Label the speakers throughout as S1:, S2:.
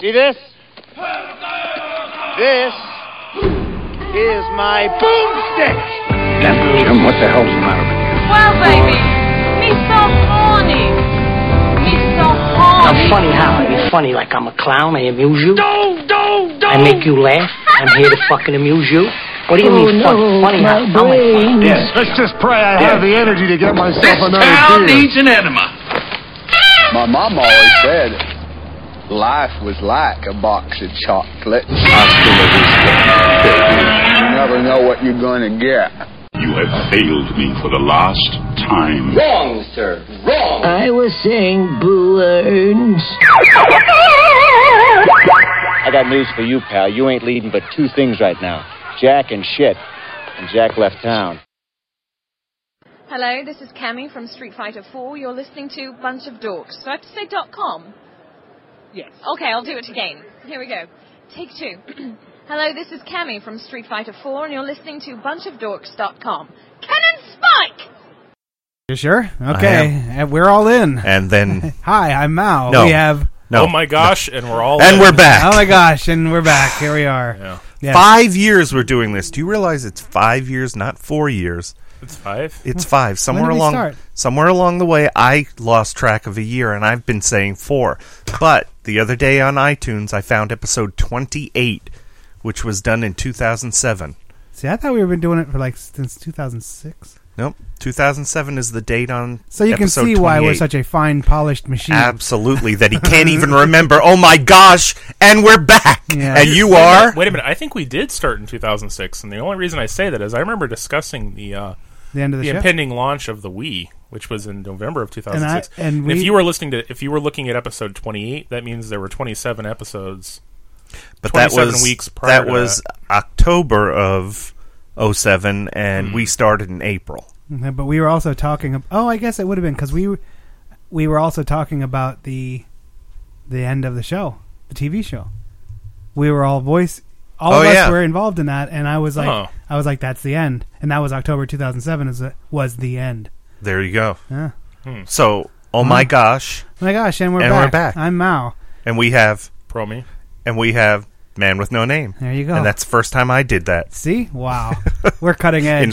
S1: See this? This is my boomstick.
S2: Jim, what the hell's the matter with you?
S3: Well, baby, me so horny. Me so
S4: I'm
S3: horny.
S4: funny how? I be funny like I'm a clown. I amuse you. Don't, don't, don't. Oh, I make you laugh. I'm here to fucking amuse you. What do you mean fun- funny how? How am I funny?
S2: Yes.
S5: Let's just pray I have the energy to get myself another
S6: Town
S5: beer.
S6: needs an enema.
S2: My mom always said life was like a box of chocolates. Hasta la vista, baby. You never know what you're going to get.
S7: You have failed me for the last time.
S8: Wrong, sir. Wrong.
S4: I was saying balloons.
S1: I got news for you, pal. You ain't leading but two things right now Jack and shit. And Jack left town.
S3: Hello, this is Cammy from Street Fighter 4. You're listening to Bunch of Dorks. Do I have to say dot com? Yes. Okay, I'll do it again. Here we go. Take two. Hello, this is Cammy from Street Fighter 4, and you're listening to bunchofdorks.com. Cannon Spike!
S9: You sure? Okay, and we're all in.
S10: And then,
S9: Hi, I'm Mao.
S10: No.
S9: We have.
S10: no.
S11: Oh my gosh, and we're all
S10: and
S11: in.
S10: we're back.
S9: Oh my gosh, and we're back. Here we are.
S11: Yeah.
S9: Yeah.
S10: Five years we're doing this. Do you realize it's five years, not four years?
S11: It's five.
S10: It's five. Somewhere
S9: we
S10: along,
S9: start?
S10: somewhere along the way, I lost track of a year, and I've been saying four. But the other day on iTunes, I found episode twenty-eight, which was done in two thousand seven.
S9: See, I thought we were been doing it for like since 2006.
S10: Nope, two thousand seven is the date on.
S9: So you can
S10: episode
S9: see why we're
S10: 28.
S9: such a fine, polished machine.
S10: Absolutely, that he can't even remember. Oh my gosh! And we're back,
S9: Yeah.
S10: and you
S11: Wait a
S10: are.
S11: minute, Wait a minute. I think we did start in 2006, and the only reason I say that is I remember discussing the uh,
S9: the end of
S11: the
S9: the, show.
S11: impending launch of the Wii, which was in November of 2006.
S9: And I- and
S11: if
S9: we-
S11: you were listening to, if you were looking at episode 28, that means there were 27 episodes.
S10: but that
S11: 27
S10: was
S11: weeks prior
S10: that
S11: to
S10: was October of 07 and we started in April.
S9: Mhm, But we were also talking. ab- Oh, I guess it would have been because we we were also talking about the the end of the show, the TV show. We were all voice. All
S10: Oh,
S9: of us
S10: yeah.
S9: were involved in that, and I was like,
S11: Oh.
S9: I was like, that's the end, and that was October 2007. Is the- was the end?
S10: There you go.
S9: Yeah.
S10: So, oh my gosh,
S9: Oh my gosh, and we're
S10: And
S9: back.
S10: we're back.
S9: I'm Mao.
S10: and we have
S11: Pro me.
S10: and we have man with no name.
S9: There you go.
S10: And that's the first time I did that
S9: See, wow, we're cutting edge.
S10: in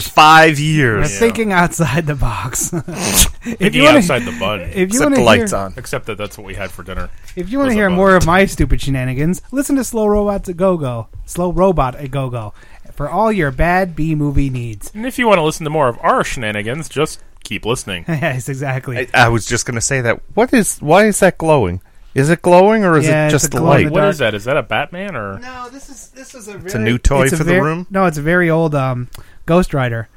S9: We're
S10: 5 years.
S9: thinking outside the box. if
S11: Thinking
S9: wanna-
S11: E outside the bun.
S9: If you
S10: Except
S9: want
S10: the
S9: to hear,
S10: lights on.
S11: Except that that's what we had for dinner.
S9: if you want
S11: was
S9: to
S11: a
S9: hear
S11: bun.
S9: more of my stupid shenanigans, listen to Slow Robots at Go Go. Slow Robot at Go Go for all your bad B movie needs.
S11: And if you want to listen to more of our shenanigans, just keep listening.
S9: yes, exactly.
S10: I, I was just going to say that. What is why is that glowing? Is it glowing or is
S9: Yeah,
S10: it
S9: it's a
S10: just the
S9: glow in
S10: light?
S9: the
S11: What
S9: dark.
S11: is that? Is that a Batman or?
S9: no, this is this is a
S10: a new toy for the
S9: ver-
S10: room?
S9: No, it's a very old um, Ghost Rider.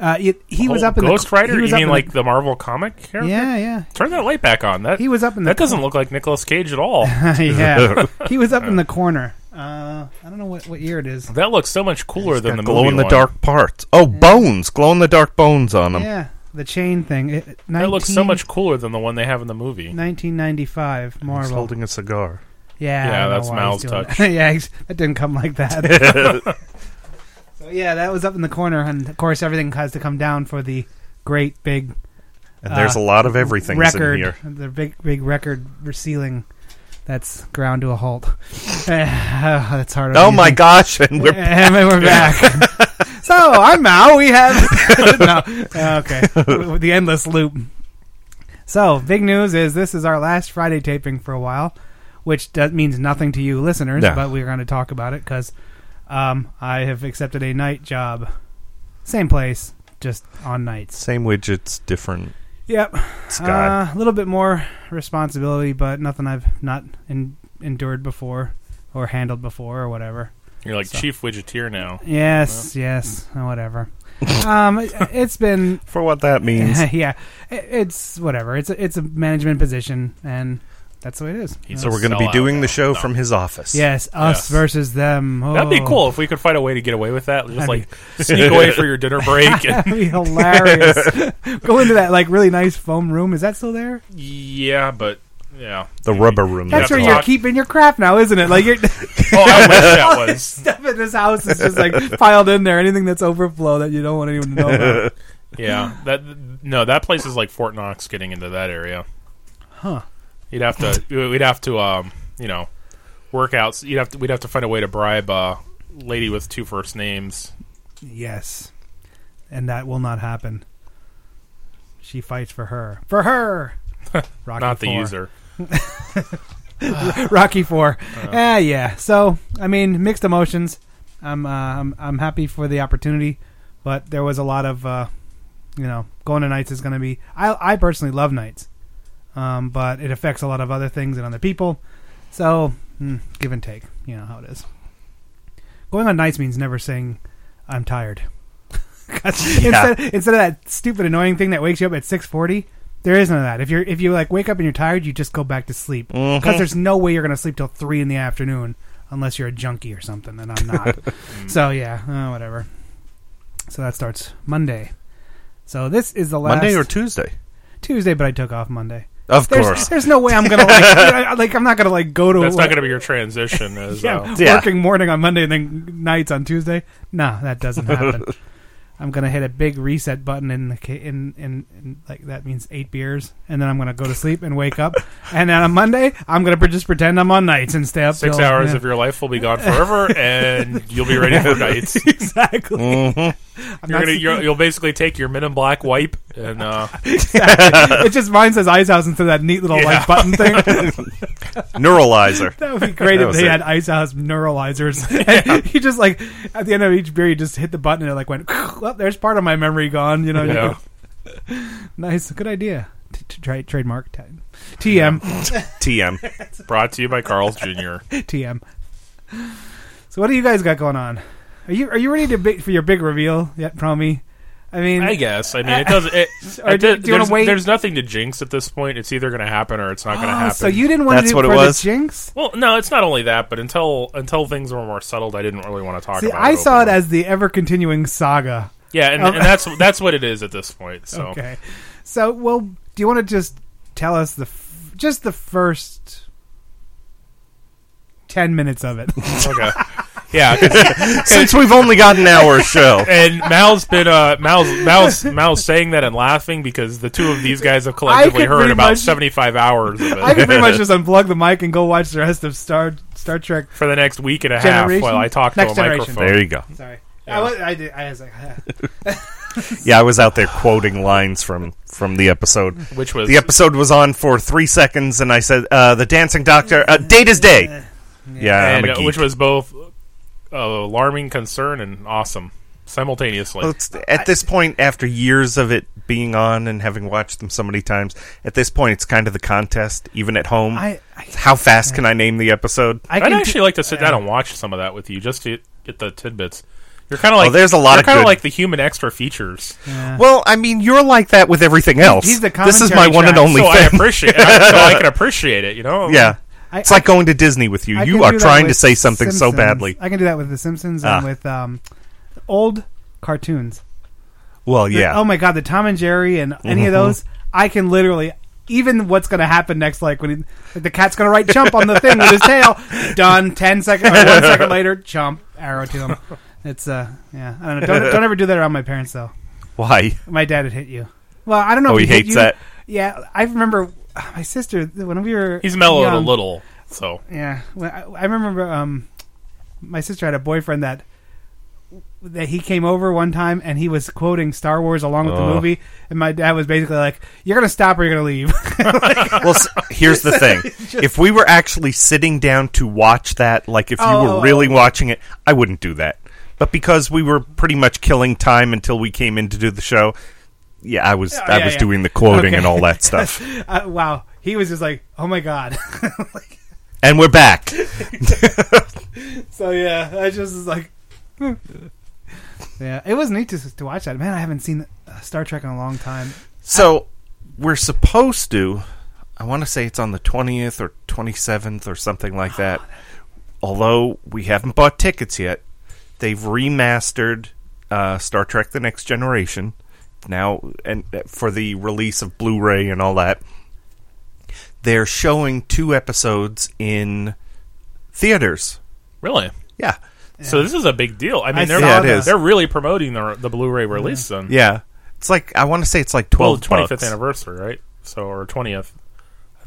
S9: Uh, it, he was
S11: Oh,
S9: up in
S11: Ghost
S9: the, cl-
S11: Rider.
S9: He was
S11: You
S9: up
S11: mean
S9: in
S11: like the Marvel comic
S9: The,
S11: character?
S9: yeah, yeah.
S11: Turn that light back on. That
S9: He was up in the
S11: that doesn't look like Nicolas Cage at all.
S9: yeah, he was up in the corner. Uh, I don't know what, what year it is.
S11: that looks so much cooler than the
S10: glow
S11: movie
S10: in the
S11: one.
S10: dark parts. Oh, bones, glow in the dark bones on them.
S9: Yeah, the chain thing. It,
S11: That
S9: 19,
S11: Um, looks so much cooler than the one they have in the movie.
S9: 1995
S10: He's
S9: Marvel.
S10: holding a cigar.
S9: Yeah, I
S11: Yeah,
S9: don't know
S11: that's
S9: why he's
S11: Mal's
S9: doing
S11: touch.
S9: that. yeah, he's- that didn't come like that. so yeah, that was up in the corner, and of course everything has to come down for the great big
S10: And there's
S9: Uh,
S10: a lot of everything in
S9: record,
S10: here.
S9: the big big record ceiling that's ground to a halt. Uh, that's hard.
S10: Oh
S9: on
S10: my
S9: music.
S10: gosh! And we're
S9: And we're back. so I'm out. We have no. Okay, the endless loop. So big news is this is our last Friday taping for a while, which does, means nothing to you listeners,
S10: No.
S9: but we're going to talk about it because um, I have accepted a night job, same place, just on nights.
S10: same widgets, different
S9: Yep,
S10: sky.
S9: uh, a little bit more responsibility, but nothing I've not en- endured before or handled before or whatever.
S11: You're like Chief Widgeteer now.
S9: Yes, yes, oh, whatever. um, it- it's been
S10: for what that means,
S9: yeah, it, it's whatever. It's a, it's a management position, and that's the way it is.
S11: He's
S10: so
S11: a
S10: we're going to be
S11: sellout
S10: doing the
S11: now.
S10: show from his office.
S9: Yes, us
S11: Yes.
S9: versus them. Oh,
S11: That'd be cool if we could find a way to get away with that. Just
S9: That'd
S11: like sneak away for your dinner break.
S9: That'd
S11: And,
S9: be hilarious. Go into that like really nice foam room. Is that still there?
S11: yeah, but yeah,
S10: the rubber room.
S9: That's
S10: they
S9: where
S11: right,
S10: call
S9: you're
S11: lock-
S9: keeping your crap now, isn't it? Like you're,
S11: Oh, I wish that was.
S9: stuff in this house is just like piled in there. Anything that's overflow that you don't want anyone to know about.
S11: Yeah, that no, that place is like Fort Knox. Getting into that area,
S9: Huh.
S11: You'd have to. We'd have to. Um, you know, workouts, you'd have to, we'd have to find a way to bribe a lady with two first names.
S9: Yes. And that will not happen. She fights for her. For her! Rocky
S11: Not the
S9: four.
S11: user.
S9: Rocky 4.
S11: Oh.
S9: Ah, yeah. So, I mean, mixed emotions. I'm, uh, I'm I'm happy for the opportunity, but there was a lot of, uh, you know, going to nights is going to be. I I personally love nights, um, but it affects a lot of other things and other people. So, mm, give and take. You know how it is. Going on nights means never saying I'm tired. 'Cause instead, instead of that stupid annoying thing that wakes you up at 6:40, there is none of that. If you're if you like wake up and you're tired, you just go back to sleep because
S10: Mhm.
S9: there's no way you're going to sleep till three in the afternoon unless you're a junkie or something, and I'm not. so yeah, uh, whatever. So that starts Monday. So this is the last
S10: Monday or Tuesday?
S9: Tuesday, but I took off Monday.
S10: Of
S9: There's-
S10: course.
S9: there's no way I'm gonna like, I- like I'm not gonna like go to
S11: That's not going to be your transition. As,
S9: yeah,
S11: uh,
S9: working morning on Monday and then nights on Tuesday. No, that doesn't happen. I'm gonna hit a big reset button in the ca- in, in in like that means eight beers, and then I'm gonna go to sleep and wake up, and then on Monday I'm gonna pre- just pretend I'm on nights and stay up
S11: Six
S9: till-
S11: hours
S9: yeah.
S11: of your life will be gone forever, and you'll be ready for nights. Mm-hmm.
S9: exactly. I'm
S11: You're
S9: not-
S11: gonna, you're, you'll basically take your Men in Black wipe and uh,
S9: Exactly. it just mine says Ice House instead of that neat little
S11: Yeah.
S9: like button thing.
S10: Neuralizer.
S9: that would be great
S10: That
S9: if
S10: was
S9: they
S10: it.
S9: had Ice House neuralizers. And he just like at the end of each beer, he just hit the button and it like went. Well, there's part of my memory gone. You know.
S11: Yeah.
S9: nice, good idea. T- t- try trademark t- TM
S11: TM. Brought to you by Carl's Jr.
S9: TM. So what do you guys got going on? Are you are you ready to big, for your big reveal yet, Promi? I mean,
S11: I guess. I mean, it does. It,
S9: Or
S11: it
S9: do-
S11: does-
S9: do you wanna
S11: there's,
S9: wait? Ah,
S11: there's nothing to jinx at this point. It's either going to happen or it's not going to happen.
S9: oh, So you didn't want to do it for the jinx?
S11: Well, no, it's not only that, but until until things were more settled, I didn't really want to talk
S9: See,
S11: about
S9: I
S11: it.
S9: saw it as the ever continuing saga.
S11: Yeah, and,
S9: Um,
S11: and that's that's what it is at this point. So
S9: Okay. So, well, do you want to just tell us the f- just the first ten minutes of it?
S11: okay. Yeah, 'cause-
S10: Since we've only got an hour show.
S11: and Mal's been uh Mal's Mal's Mal's saying that and laughing because the two of these guys have
S9: I
S11: collectively
S9: could
S11: heard
S9: pretty
S11: about
S9: much-
S11: seventy five hours of it.
S9: I can pretty much just unplug the mic and go watch the rest of Star Star Trek.
S11: for the next week and a
S9: Generation?
S11: half while I talk
S9: Next
S11: to a
S9: generation.
S11: microphone.
S10: There you go.
S9: Sorry, I, was, I, did, I was like,
S10: Yeah, I was out there quoting lines from from the episode.
S11: Which was-
S10: the episode was on for three seconds, and I said, uh, "The dancing doctor, uh, date is day." Yeah,
S11: and,
S10: I'm a
S11: uh,
S10: geek.
S11: which was both uh, alarming, concern, and awesome simultaneously.
S10: Well, it's- at this point, after years of it being on and having watched them so many times, at this point, it's kind of the contest, even at home.
S11: I-
S10: How fast can I name the episode?
S11: I would actually like to sit down and watch some of that with you just to get the tidbits. You're kind of
S10: Oh,
S11: like
S10: there's a lot
S11: you're
S10: of
S11: kind of
S10: good-
S11: like the human extra features.
S10: Well, I mean, you're like that with everything else. this is my one and only
S11: So
S10: thing.
S11: I appreciate. I, so I can appreciate it. You know.
S10: yeah,
S9: I-
S10: it's like going to Disney with you.
S9: I
S10: You
S9: can
S10: are
S9: do that
S10: trying to
S9: with
S10: say something so
S9: Simpsons.
S10: badly.
S9: I can do that with The Simpsons and
S10: Ah.
S9: with um, old cartoons.
S10: Well,
S9: The-
S10: yeah.
S9: oh my god, the Tom and Jerry and any of
S10: Mhm.
S9: those, I can literally. Even what's going to happen next, like when he, like the cat's going to write "chump" on the thing with his tail. Done. Ten second, or one second later, chump arrow to him. It's uh, yeah. I don't know. Don't, don't ever do that around my parents though.
S10: Why?
S9: My dad would hit you. Well, I don't know.
S10: Oh,
S9: if
S10: he
S9: hit
S10: hates
S9: you.
S10: that.
S9: Yeah, I remember uh, my sister when we were.
S11: He's mellowed a
S9: young-
S11: little. So
S9: Yeah, well, I, I remember um, my sister had a boyfriend that that he came over one time and he was quoting Star Wars along with the
S10: Oh.
S9: movie, and my dad was basically like, "You're gonna stop or you're gonna leave."
S10: well, s- here's the thing: if we were actually sitting down to watch that, like if you
S9: Oh, oh,
S10: were really watching it, I wouldn't do that. But because we were pretty much killing time until we came in to do the show, yeah, I was I
S9: yeah,
S10: was
S9: yeah.
S10: doing the quoting and
S9: Okay.
S10: all that stuff.
S9: uh, wow, he was just like, "Oh my god."
S10: and we're back.
S9: so yeah, I just was like, hmm. yeah, it was neat to to watch that. Man, I haven't seen uh, Star Trek in a long time.
S10: So we're supposed to. I want to say it's on the twentieth or twenty seventh or something like that. Although we haven't bought tickets yet, they've remastered uh, Star Trek: The Next Generation now, and uh, for the release of Blu-ray and all that. They're showing two episodes in theaters.
S11: really,
S10: yeah.
S11: So this is a big deal. I mean,
S10: I
S11: they're
S10: saw that.
S11: they're really promoting the the Blu-ray release. Then
S10: Yeah, it's like I want to say it's like
S11: Hmm. well,
S10: twelve.
S11: twenty fifth
S10: bucks.
S11: anniversary, right? So or twentieth.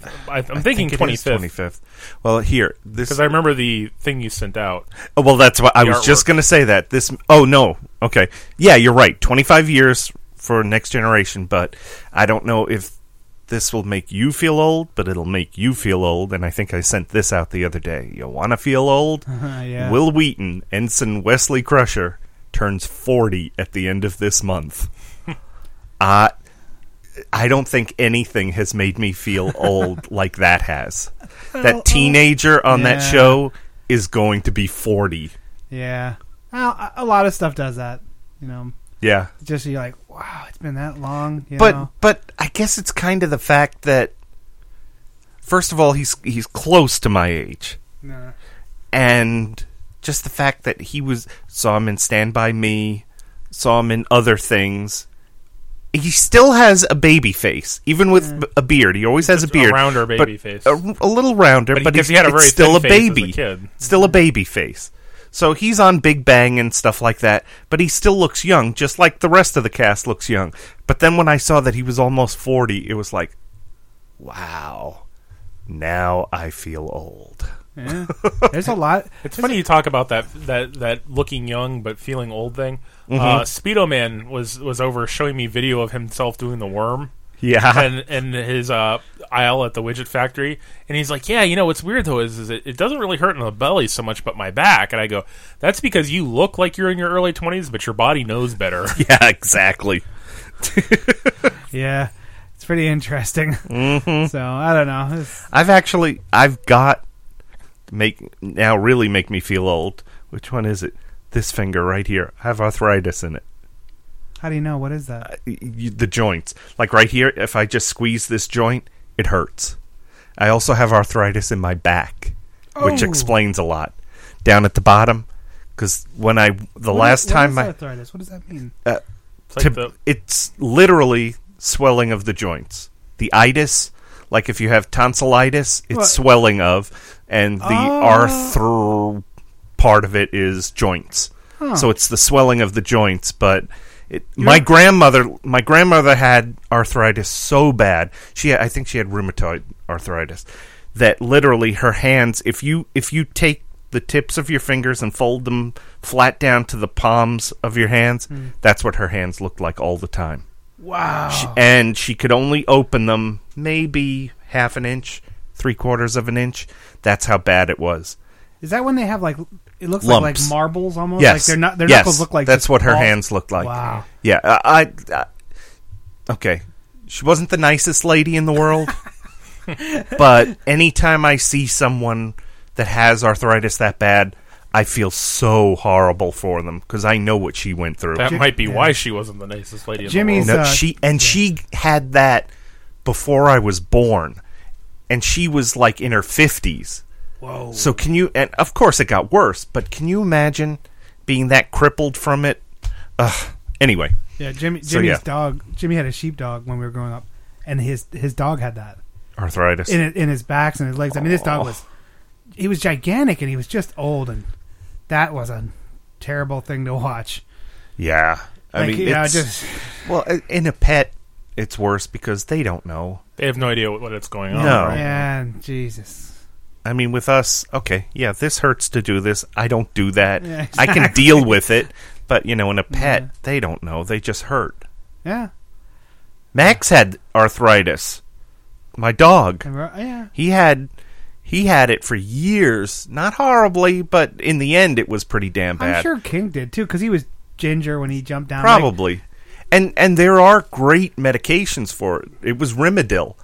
S11: I I, I'm thinking
S10: think it is
S11: 25th.
S10: 25th. Well, here this
S11: because I remember the thing you sent out.
S10: Oh, well, that's what I
S11: The
S10: was just going to say. That this. Oh no. Okay. Yeah, you're right. 25 years for next generation, but I don't know if this will make you feel old, but it'll make you feel old. And I think I sent this out the other day. You want to feel old?
S12: Yeah.
S10: Will Wheaton, ensign Wesley Crusher, turns 40 at the end of this month. I I don't think anything has made me feel old like that has.
S12: Well, uh,
S10: That teenager on that
S12: yeah.
S10: show is going to be 40.
S12: Yeah. Well, a- a lot of stuff does that. You know,
S10: Yeah.
S12: just you're like, wow, it's been that long. You
S10: But
S12: know?
S10: but I guess it's kind of the fact that first of all he's he's close to my age.
S12: Nah.
S10: And just the fact that he was saw him in Stand by Me, saw him in other things. He still has a baby face, even with b- a beard. He always has a beard,
S11: rounder
S10: but
S11: baby face.
S10: a, a little rounder.
S11: But he-
S10: But, he's
S11: 'cause he had a
S10: it's
S11: very
S10: still a
S11: thin face as a
S10: baby,
S11: kid.
S10: still a baby face. So he's on Big Bang and stuff like that, but he still looks young, just like the rest of the cast looks young. But then when I saw that he was almost forty, it was like, wow, now I feel old.
S12: Yeah. There's a lot.
S11: It's funny you talk about that that that looking young but feeling old thing.
S10: Mhm.
S11: Uh, Speedo Man was was over showing me video of himself doing the worm.
S10: Yeah.
S11: and and his uh, aisle at the widget factory, and he's like, "Yeah, you know what's weird though is, is it, it doesn't really hurt in the belly so much, but my back." And I go, "That's because you look like you're in your early twenties, but your body knows better."
S10: Yeah, exactly.
S12: Yeah. It's pretty interesting. Mm-hmm. So I don't know. It's-
S10: I've actually I've got make now really make me feel old. Which one is it? This finger right here. I have arthritis in it.
S12: how do you know? What is that?
S10: Y- y- The joints. Like right here if I just squeeze this joint, it hurts. I also have arthritis in my back, which
S12: Oh.
S10: explains a lot. Down at the bottom cuz when I the
S12: What is-
S10: last
S12: what
S10: time
S12: is
S10: I
S12: arthritis? What does that mean?
S10: uh,
S11: like
S10: to-
S11: the-
S10: it's literally swelling of the joints. The itis, like if you have tonsillitis, it's
S12: What?
S10: swelling of, and the arthro part of it is joints.
S12: Huh.
S10: So it's the swelling of the joints, but. It, my grandmother, my grandmother had arthritis so bad. She, had, I think, she had rheumatoid arthritis. That literally, her hands. If you if you take the tips of your fingers and fold them flat down to the palms of your hands, that's what her hands looked like all the time.
S12: Wow.
S10: She- and she could only open them maybe half an inch, three quarters of an inch. That's how bad it was.
S12: Is that when they have like it looks like
S10: Lumps.
S12: like marbles almost?
S10: Yes,
S12: Like they're not their
S10: yes.
S12: knuckles look like
S10: that's
S12: just
S10: what her
S12: balls?
S10: hands looked like.
S12: Wow.
S10: Yeah, uh, I, I, I- okay. She wasn't the nicest lady in the world, but anytime I see someone that has arthritis that bad, I feel so horrible for them because I know what she went through.
S11: that might be
S12: yeah.
S11: why she wasn't the nicest lady. In
S12: Jimmy's,
S11: the
S10: No,
S12: uh,
S10: she and she had that before I was born, and she was like in her fifties. Whoa! So can you? And of course, it got worse. But can you imagine being that crippled from it? Ugh. Anyway,
S12: Yeah, Jimmy Jimmy's
S10: So, yeah.
S12: dog Jimmy had a sheepdog when we were growing up and his his dog had that.
S10: arthritis.
S12: in in his backs and his legs. I mean, this dog was he was gigantic and he was just old, and that was a terrible thing to watch.
S10: yeah, I
S12: Like,
S10: mean,
S12: you know,
S10: it's,
S12: just-
S10: well, i- in a pet, it's worse because they don't know.
S11: world. they have no idea what, what's going
S12: Oh,
S11: on.
S10: No.
S11: right?
S12: Man, Jesus,
S10: I mean, with us, okay, yeah, this hurts to do this. I don't do that.
S12: Yeah,
S10: I can
S12: exactly.
S10: deal with it. But you know, in a pet, they don't know. They just hurt.
S12: yeah,
S10: Max had arthritis. My dog.
S12: And we're- yeah.
S10: He had he had it for years. Not horribly, but in the end it was pretty damn bad.
S12: I'm sure King did too because he was ginger when he jumped down. like-
S10: Probably. And and there are great medications for it. It was Rimadyl.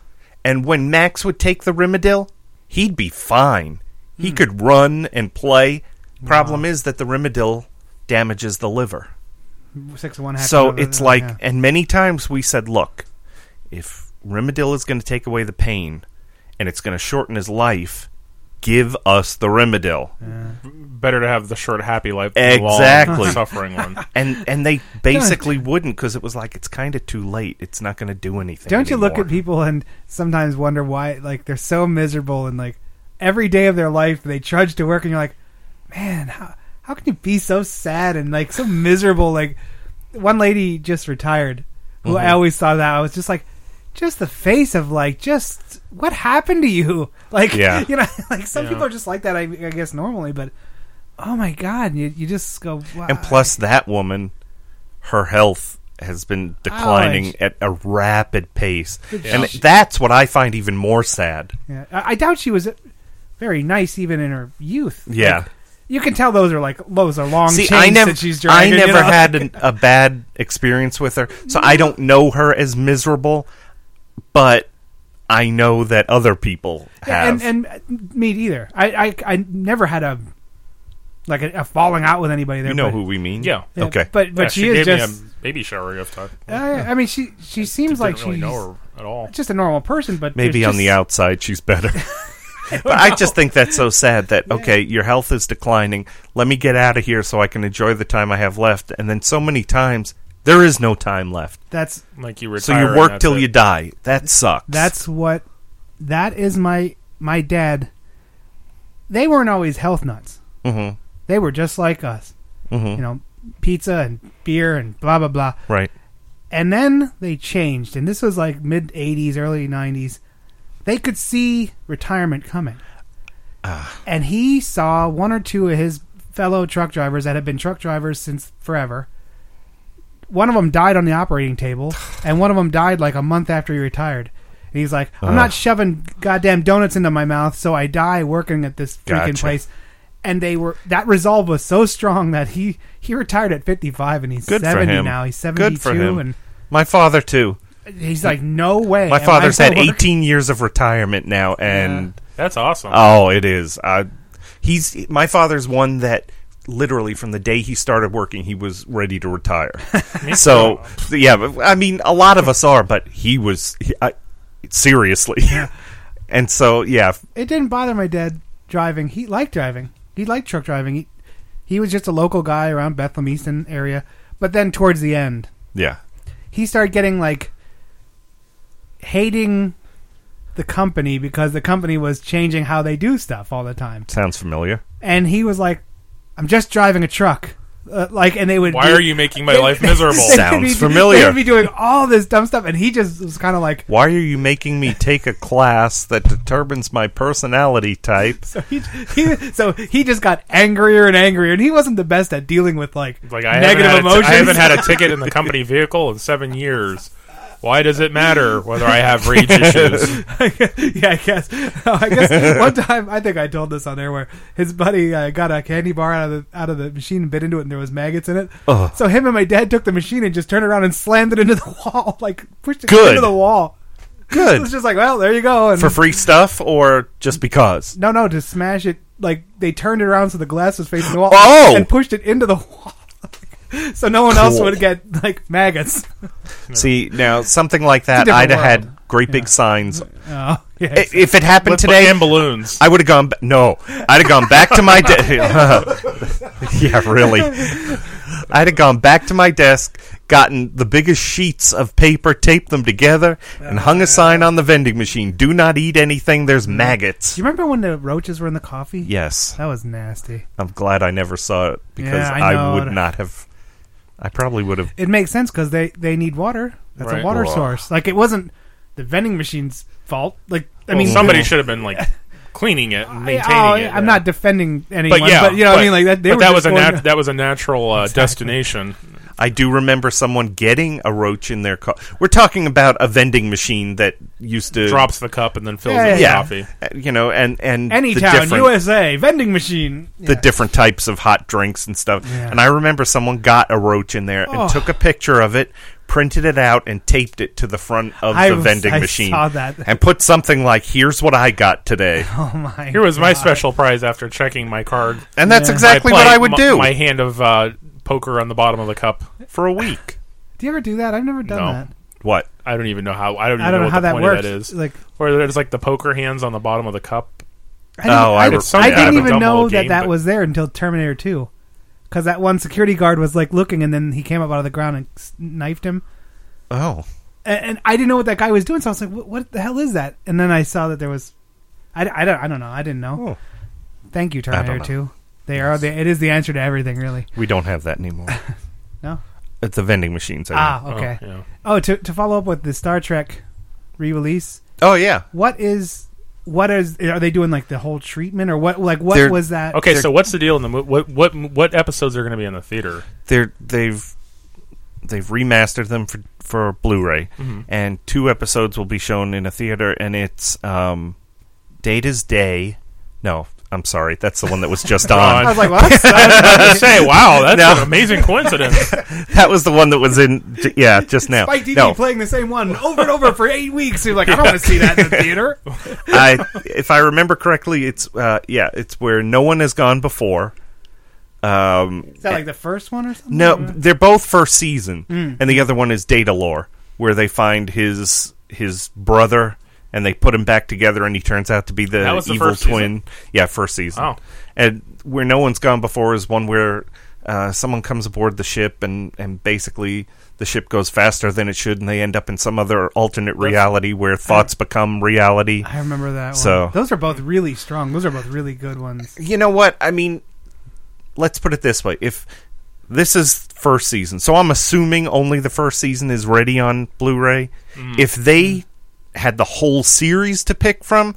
S10: And when Max would take the Rimadyl, he'd be fine.
S12: Hmm.
S10: He could run and play. Problem is that the Rimadyl damages the liver.
S12: six of one. half
S10: So
S12: of the
S10: it's
S12: other,
S10: like,
S12: yeah.
S10: and many times we said, look, if Rimadyl is going to take away the pain and it's going to shorten his life, give us the Rimadyl.
S11: better to have the short, happy life than the
S10: Exactly.
S11: long, suffering one.
S10: And and they basically wouldn't because it was like it's kind of too late. It's not going to do anything.
S12: Don't you look at
S10: anymore."
S12: people and sometimes wonder why like they're so miserable and like every day of their life they trudge to work and you're like, man, how how can you be so sad and like so
S10: Mm-hmm.
S12: miserable? Like one lady just retired who I always saw that I was just like, just the face of like, just what happened to you? Like,
S10: Yeah.
S12: you know, like some
S10: Yeah.
S12: people are just like that. I, I guess normally, but oh my god, you you just go. Wow.
S10: And plus, that woman, her health has been declining
S12: Ouch.
S10: at a rapid pace,
S12: But
S10: and
S12: she-
S10: that's what I find even more sad.
S12: Yeah, I, I doubt she was very nice even in her youth.
S10: Yeah.
S12: Like, you can tell those are like those are long
S10: See,
S12: chains
S10: I never,
S12: that she's
S10: I
S12: dragging. you
S10: never
S12: know?
S10: had an, a bad experience with her, so I don't know her as miserable, but I know that other people
S12: Yeah,
S10: have.
S12: and and me either. I I, I never had a like a, a falling out with anybody there.
S10: you know
S12: but-
S10: who we mean?
S11: Yeah.
S12: Yeah,
S10: Okay.
S12: but but
S11: Yeah,
S12: she,
S11: she
S12: is
S11: gave me
S12: just.
S11: a baby shower gift. I,
S12: I, I mean, she she seems like
S11: didn't really
S12: she's
S11: know her at all.
S12: just a normal person, but
S10: Maybe
S12: there's
S10: on the
S12: just-
S10: outside she's better. but
S12: don't
S10: I
S12: know.
S10: just think that's so sad that okay, your health is declining. Let me get out of here so I can enjoy the time I have left. And then so many times there is no time left.
S12: That's
S11: like you
S10: so
S11: retire.
S10: you
S11: and
S10: work
S11: that's
S10: till
S11: it.
S10: you die. That sucks.
S12: That's what. That is my my dad. They weren't always health nuts.
S10: Mhm.
S12: They were just like us.
S10: Mhm.
S12: You know, pizza and beer and blah blah blah.
S10: right.
S12: And then they changed, and this was like mid '80s, early '90s. They could see retirement coming,
S10: Ah.
S12: and he saw one or two of his fellow truck drivers that had been truck drivers since forever. One of them died on the operating table, and one of them died like a month after he retired. And he's like, "I'm
S10: Ugh.
S12: not shoving goddamn donuts into my mouth, so I die working at this freaking
S10: Gotcha.
S12: place." And they were that resolve was so strong that he he retired at 55, and he's
S10: Good
S12: 70
S10: for him.
S12: now. He's 72,
S10: Good for him.
S12: and
S10: my father too.
S12: He's like, no way.
S10: My
S12: am I
S10: father's had
S12: gonna work.
S10: 18 years of retirement now, and
S11: That's awesome.
S10: Oh, it is. I, he's my father's one that literally from the day he started working, he was ready to retire. so yeah, but, I mean, a lot of us are, but he was he, I, seriously. and so yeah,
S12: It didn't bother my dad driving. He liked driving. He liked truck driving. He, he was just a local guy around Bethlehem Easton area. But then towards the end,
S10: yeah,
S12: he started getting like hating the company because the company was changing how they do stuff all the time.
S10: sounds familiar.
S12: And he was like, "I'm just driving a truck." Uh, like, and they would.
S11: Why
S12: do-
S11: are you making my life miserable?
S12: They would
S10: Sounds
S12: be- They
S10: familiar.
S12: would be doing all this dumb stuff, and he just was kind of like.
S10: Why are you making me take a class that determines my personality type?
S12: So he, he so he just got angrier and angrier, and he wasn't the best at dealing with like,
S11: Like I
S12: negative
S11: haven't had a
S12: emotions.
S11: t- I haven't had a ticket in the company vehicle in seven years. Why does it matter whether I have rage issues?
S12: yeah, I guess. Oh, I guess one time I think I told this on air where his buddy uh, got a candy bar out of the out of the machine and bit into it, and there was maggots in it.
S10: Ugh.
S12: So him and my dad took the machine and just turned around and slammed it into the wall, like pushed it
S10: Good.
S12: into the wall. It
S10: Good
S12: was just like, well, there you go. And
S10: for free stuff or just because?
S12: no, no, to smash it. Like they turned it around so the glass was facing the wall
S10: Oh!
S12: and pushed it into the wall. So no one else
S10: Cool.
S12: would get like maggots.
S11: Oh,
S10: See now something like that,
S12: different
S10: I'd have
S12: world.
S10: had great big signs.
S12: Oh, yeah.
S10: I- If it happened
S11: Let's
S10: today,
S11: put in balloons.
S10: I would have gone. ba- No, I'd have gone back to my desk. yeah, really. I'd have gone back to my desk, gotten the biggest sheets of paper, taped them together, and hung a sign on the vending machine: "Do not eat anything. There's
S12: Do
S10: maggots."
S12: Mm. you remember when the roaches were in the coffee?
S10: Yes,
S12: That was nasty.
S10: I'm glad I never saw it because
S12: Yeah, I
S10: I,
S12: know.
S10: would not have. I probably would have.
S12: It makes sense because they, they need water. That's
S11: Right.
S12: a water
S10: Ugh.
S12: source. Like, it wasn't the vending machine's fault. Like, I
S11: Well,
S12: mean,
S11: somebody should have been like cleaning it and maintaining
S12: oh,
S11: it.
S12: I'm not defending anyone,
S11: But
S12: but,
S11: yeah,
S12: you know what I mean? Like, that, they
S11: but
S12: were
S11: that
S12: just
S11: was a
S12: going-
S11: nat- that was a natural uh, destination.
S10: I do remember someone getting a roach in their car. We're talking about a vending machine that used to
S11: Drops the cup and then fills
S12: Yeah,
S11: it with
S12: yeah, yeah.
S11: coffee.
S10: uh, You know, and and
S12: Any
S10: the
S12: town,
S10: different-
S12: USA, vending machine.
S10: the different types of hot drinks and stuff.
S12: Yeah.
S10: And I remember someone got a roach in there
S12: Oh.
S10: and took a picture of it, printed it out, and taped it to the front of
S12: I
S10: the
S12: was-
S10: vending
S12: I
S10: machine.
S12: saw that.
S10: And put something like, "Here's what I got today,"
S12: Oh, my.
S11: Here was my
S12: God.
S11: special prize after checking my card.
S10: and that's
S12: Yeah.
S10: exactly what
S11: played
S10: I would
S11: my-
S10: do.
S11: My hand of uh, poker on the bottom of the cup for a week.
S12: Do you ever do that? I've never done
S11: No.
S12: that.
S10: what?
S11: I don't even know how. I don't even
S12: I don't
S11: know,
S12: know
S11: what
S12: how
S11: the
S12: that
S11: point
S12: works.
S11: of that is.
S12: Like,
S11: Where there's like the poker hands on the bottom of the cup.
S12: I didn't,
S10: Oh, I
S12: I, I
S10: re- yeah, I
S12: didn't
S10: remember
S12: even
S11: the
S12: know
S11: whole
S12: that
S11: game,
S12: that
S11: but-
S12: was there until Terminator 2. Because that one security guard was, like, looking, and then he came up out of the ground and s- knifed him.
S10: Oh,
S12: and, and I didn't know what that guy was doing, so I was like, "What, what the hell is that?" And then I saw that there was, I, I don't, I don't know, I didn't
S11: Oh.
S12: know. Thank you,
S10: don't
S12: Terminator
S10: know.
S12: Two. They are the, it is the answer to everything, really.
S10: we don't have that anymore.
S12: No?
S10: at the vending machines. I mean.
S12: Ah, okay.
S11: Oh, yeah.
S12: Oh, to to follow up with the Star Trek re-release.
S10: Oh yeah.
S12: What is what is are they doing like the whole treatment or what like what
S10: They're-
S12: was that?
S11: Okay, so what's the deal in the mo- what what what episodes are going to be in the theater?
S10: They're they've they've remastered them for for Blu-ray,
S11: Mhm.
S10: and two episodes will be shown in a theater, and it's um, Data's Day. No, I'm sorry, that's the one that was just on.
S11: I was like, well, that's- I was about to say, wow, that's an amazing coincidence.
S10: that was the one that was in, yeah, just now.
S12: Spike TV
S10: no,
S12: playing the same one over and over for eight weeks. You're like, I don't want to see that in the theater.
S10: I, if I remember correctly, it's uh, yeah, it's where no one has gone before. Um,
S12: Is that like the first one or something?
S10: no, they're both first season,
S12: Mm.
S10: and the other one is Data Lore, where they find his his brother and they put him back together, and he turns out to be the,
S11: That was the
S10: evil
S11: first
S10: twin. Yeah, first season.
S11: Oh.
S10: and where no one's gone before is one where. Uh, someone comes aboard the ship and, and basically the ship goes faster than it should and they end up in some other alternate reality where thoughts become reality.
S12: I remember that. One.
S10: So
S12: those are both really strong. Those are both really good ones.
S10: you know what i mean let's put it this way if this is first season so i'm assuming only the first season is ready on blu-ray
S11: Mm.
S10: if they had the whole series to pick from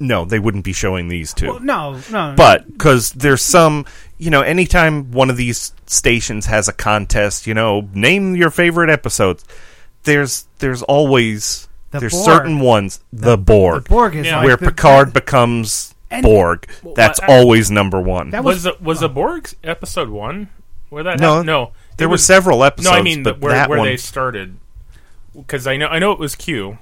S10: no they wouldn't be showing these two
S12: Well, no, no.
S10: but because there's some you know anytime one of these stations has a contest you know name your favorite episodes there's there's always
S12: The
S10: there's
S12: Borg.
S10: certain ones the, Borg
S12: the Borg is Yeah. like
S10: where
S12: the-
S10: Picard becomes
S12: And-
S10: Borg
S11: Well,
S10: that's
S11: I-
S10: always number one
S11: was was, the, was the Borg episode one? Where that
S10: No,
S11: hap- no,
S10: there
S11: It
S10: were several
S11: No, I
S10: episodes,
S11: mean
S10: but
S11: where
S10: that
S11: where
S10: one-
S11: they started because I know I know it was Q.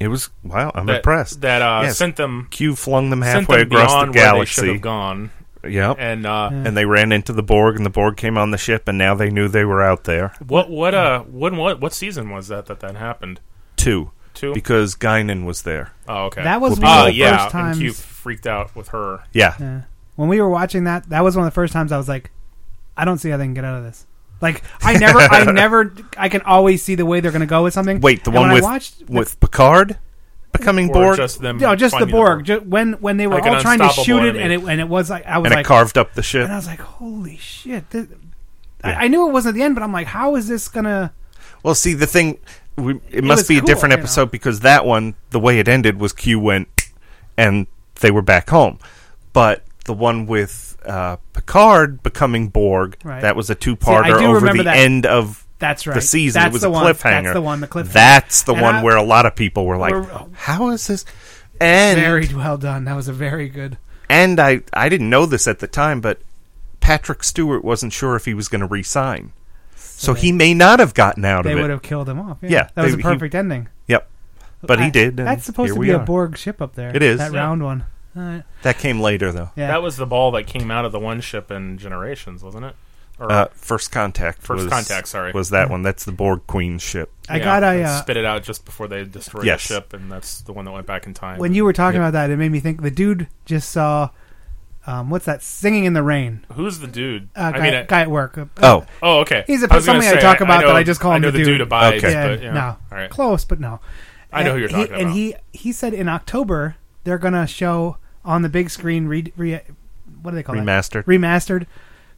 S10: it was wow I'm
S11: that,
S10: impressed
S11: That uh,
S10: Yes.
S11: sent them.
S10: Q flung them
S11: sent
S10: halfway
S11: them
S10: across the
S11: beyond where they should
S10: galaxy.
S11: have gone.
S10: Yep.
S11: And uh,
S10: and they ran into the Borg and the Borg came on the ship and now they knew they were out there
S11: what what uh when what what season was that that that happened?
S10: two
S11: Two?
S10: because Guinan was there
S11: Oh, okay.
S12: That was
S10: Whoopi
S12: one of the
S10: Goldberg.
S11: yeah,
S12: first times-
S11: and Q freaked out with her.
S10: yeah
S12: Yeah. When we were watching that, that was one of the first times I was like, I don't see how they can get out of this. Like I never, I never, I can always see the way they're going to go with something.
S10: Wait, the
S12: And
S10: one
S12: when
S10: with
S12: I watched,
S10: with Picard becoming
S11: Or
S10: Borg,
S11: just them
S12: no, just the
S11: finding
S12: Borg. Just when when they were
S11: Like an
S12: all trying to
S11: unstoppable
S12: shoot it,
S11: enemy.
S12: and it and it was like I was
S10: and
S12: like,
S10: it carved up the ship.
S12: and I was like, holy shit! This,
S10: Yeah.
S12: I, I knew it wasn't the end, but I'm like, how is this gonna?
S10: Well, see, the thing, we, it,
S12: was
S10: must be a
S12: cool,
S10: different
S12: you know.
S10: episode because that one, the way it ended was Q went and they were back home. But the one with uh, Picard becoming Borg,
S12: Right.
S10: that was a
S12: See, I
S10: two-parter
S12: do
S10: over
S12: remember
S10: the
S12: that.
S10: end of
S12: That's right.
S10: the season.
S12: That's
S10: it was
S12: the
S10: a
S12: one.
S10: cliffhanger.
S12: That's the one. The cliffhanger.
S10: That's the
S12: And
S10: one
S12: I-
S10: where a lot of people were like,
S12: We're- oh.
S10: "How is this?" And
S12: very well done. That was a very good.
S10: and I I didn't know this at the time, but Patrick Stewart wasn't sure if he was going to re-sign, so he may not have gotten out
S12: They
S10: of it.
S12: would have killed him off. Yeah,
S10: Yeah,
S12: that was
S10: they-
S12: a
S10: he-
S12: perfect ending.
S10: Yep. But
S12: I-
S10: he did. and
S12: That's supposed
S10: here
S12: to
S10: we
S12: be a
S10: are.
S12: Borg ship up there.
S10: It is.
S12: that
S10: Yeah.
S12: round one. Uh, All right.
S10: That came later, though.
S12: Yeah.
S11: That was the ball that came out of the one ship in Generations, wasn't it? Or
S10: Uh, first contact.
S11: First
S10: was-
S11: Contact, sorry.
S10: was that one? That's the Borg Queen ship.
S12: I got
S11: they
S12: a uh,
S11: spit it out just before they destroyed
S10: Yes.
S11: the ship, and that's the one that went back in time.
S12: when you were talking about that, it made me think the dude just saw um, what's that singing in the rain
S11: who's the dude?
S12: uh, guy,
S11: I mean, I-
S12: guy at work. Uh,
S10: Oh,
S11: oh, okay.
S12: he's a,
S11: I was gonna
S12: something I
S11: say,
S12: talk about
S11: know-
S12: that I just call
S11: I
S12: him
S11: know the dude, abides,
S10: Okay.
S11: but yeah.
S12: no,
S11: All right.
S12: close, but no.
S11: I know who you're
S12: And
S11: talking
S12: he, And
S11: about.
S12: he he said in October they're gonna show on the big screen. Re, re, what do they call it?
S10: Remastered.
S12: Remastered.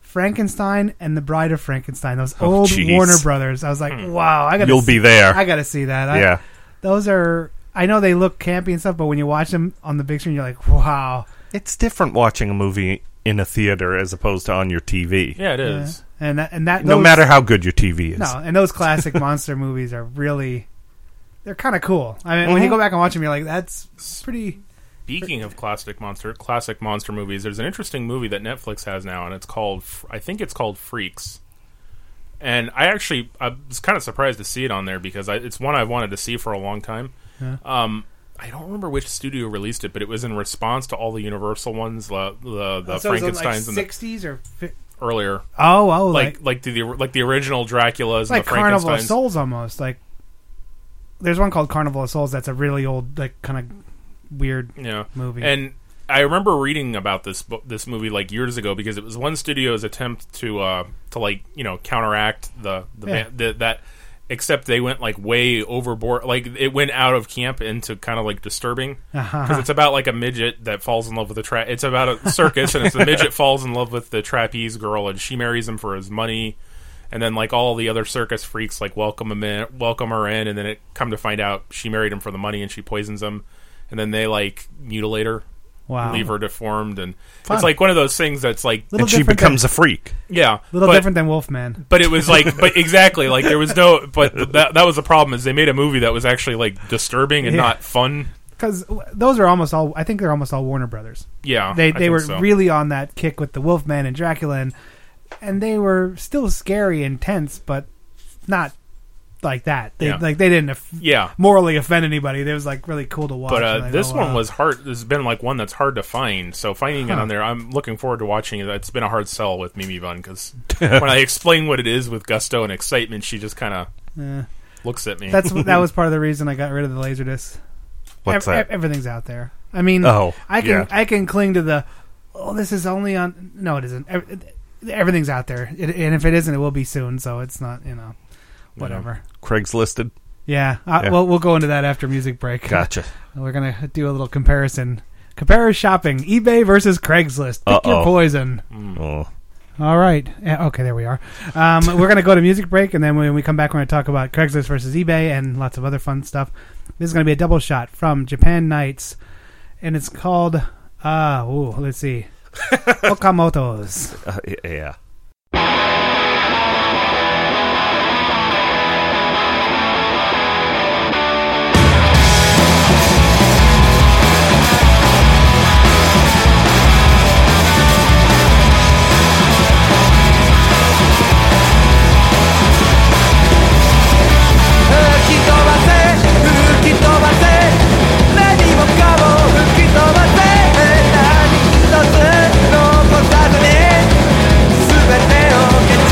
S12: Frankenstein and the Bride of Frankenstein. Those old
S10: Oh, jeez.
S12: Warner Brothers. I was like,
S11: Hmm.
S12: wow, I gotta.
S10: You'll
S12: see-
S10: be there.
S12: I gotta see that. I,
S10: yeah.
S12: those are. I know they look campy and stuff, but when you watch them on the big screen, you're like, wow.
S10: It's different watching a movie in a theater as opposed to on your TV.
S11: yeah, it is.
S12: And that, and that
S10: No
S12: those-
S10: matter how good your TV is.
S12: No, and those classic monster movies are really they're kind of cool. I mean,
S11: Mm-hmm.
S12: when you
S10: Mhm.
S12: go back and watch them, you're like, that's pretty.
S11: Speaking of classic monster, classic monster movies, there's an interesting movie that Netflix has now, and it's called I think it's called Freaks. And I actually I was kind of surprised to see it on there because I, it's one I've wanted to see for a long time. Um, I don't remember which studio released it, but it was in response to all the Universal ones, the the, the Frankenstein's and the
S12: sixties or
S11: earlier,
S12: oh oh like
S11: like like the like the original Draculas,
S12: it's like
S11: and the
S12: Carnival of
S11: Frankenstein's.
S12: Souls almost like. There's one called Carnival of Souls that's a really old like kind of weird
S11: yeah.
S12: movie.
S11: And I remember reading about this bo- this movie like years ago because it was one studio's attempt to uh, to like you know counteract the the,
S12: Yeah.
S11: ban- the that except they went like way overboard like it went out of camp into kind of like disturbing
S12: Uh-huh.
S11: because it's about like a midget that falls in love with a tra- it's about a circus and it's the midget falls in love with the trapeze girl and she marries him for his money and then like all the other circus freaks like welcome him in, welcome her in, and then it come to find out she married him for the money and she poisons him, and then they like mutilate her.
S12: Wow.
S11: Leave her deformed, and
S12: Fun.
S11: it's like one of those things that's like,
S12: Little And she different becomes than- a
S10: freak.
S11: Yeah,
S12: little
S11: but-
S12: different than Wolfman.
S11: but it was like, but exactly, like there was no, but that that was the problem is they made a movie that was actually like disturbing and
S12: Yeah.
S11: not fun.
S12: because those are almost all. I think they're almost all Warner Brothers.
S11: Yeah, Oh, I
S12: they they
S11: think
S12: were
S11: so.
S12: really on that kick with the Wolfman and Dracula, and, and they were still scary and tense, but not like that. They
S11: Yeah.
S12: like they didn't aff-
S11: Yeah.
S12: morally offend anybody. They was like really cool to watch.
S11: But
S12: and
S11: uh,
S12: like,
S11: this
S12: oh,
S11: one
S12: wow.
S11: was hard. This has been like one that's hard to find. So finding it
S12: Huh.
S11: on there, I'm looking forward to watching it. It's been a hard sell with Mimi Von because when I explain what it is with gusto and excitement, she just kind of
S12: Yeah.
S11: looks at me.
S12: Eh. That's that was part of the reason I got rid of the laserdisc.
S11: What's that?
S12: Everything's out there. I mean,
S11: Oh,
S12: I can
S11: yeah.
S12: I can cling to the. Oh, this is only on. No, it isn't. Ev- Everything's out there, it, and if it isn't, it will be soon. So it's not, you know, whatever.
S10: Craigslisted.
S12: Yeah, uh,
S10: Yeah.
S12: Well, we'll go into that after music break.
S10: Gotcha.
S12: We're gonna do a little comparison. Compare shopping: eBay versus Craigslist. Pick your
S10: Uh-oh.
S12: poison.
S10: Oh.
S12: All right. Yeah, Okay, there we are. Um, we're going to go to music break, and then when we come back, we're going to talk about Craigslist versus eBay and lots of other fun stuff. This is going to be a double shot from Japan Nights, and it's called, uh, ooh, let's see, Okamoto's.
S10: Uh, y- yeah.
S9: 「すべてを失う」「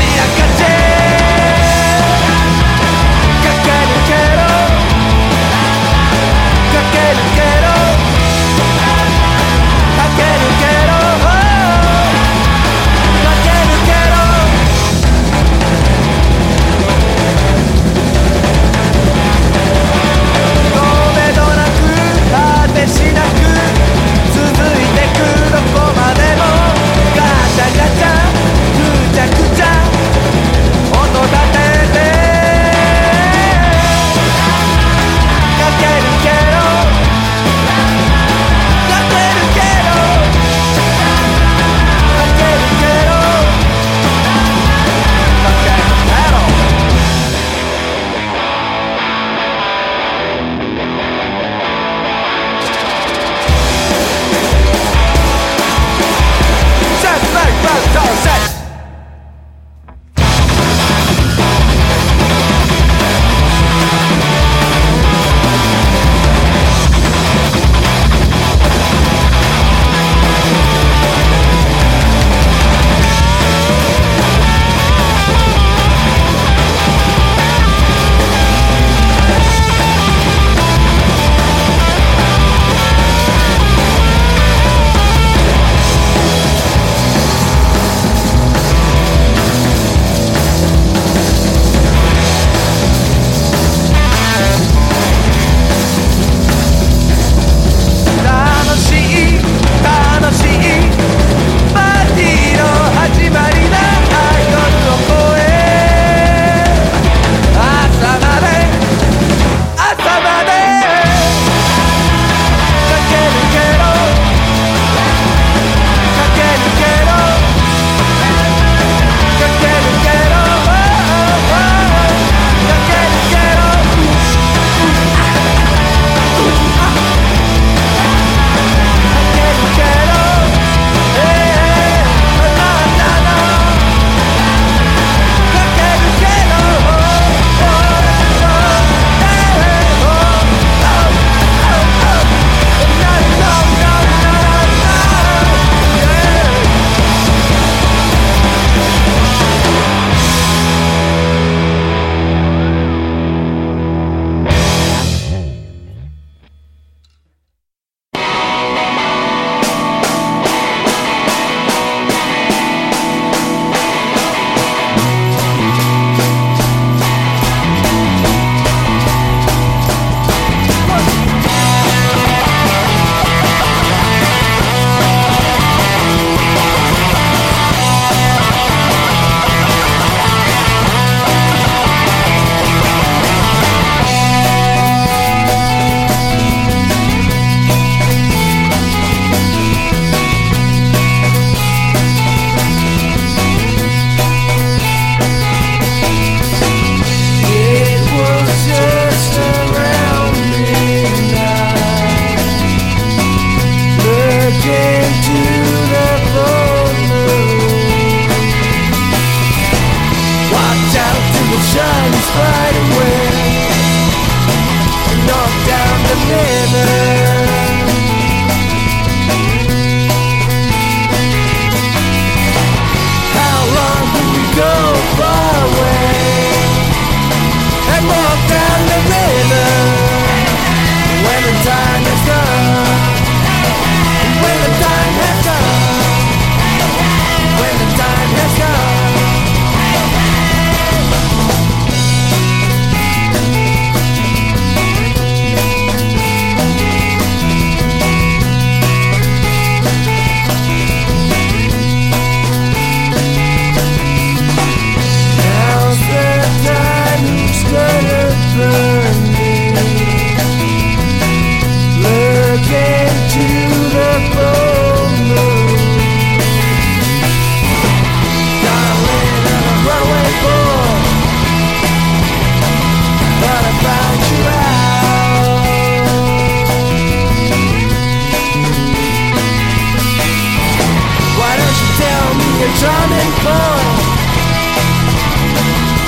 S9: turning point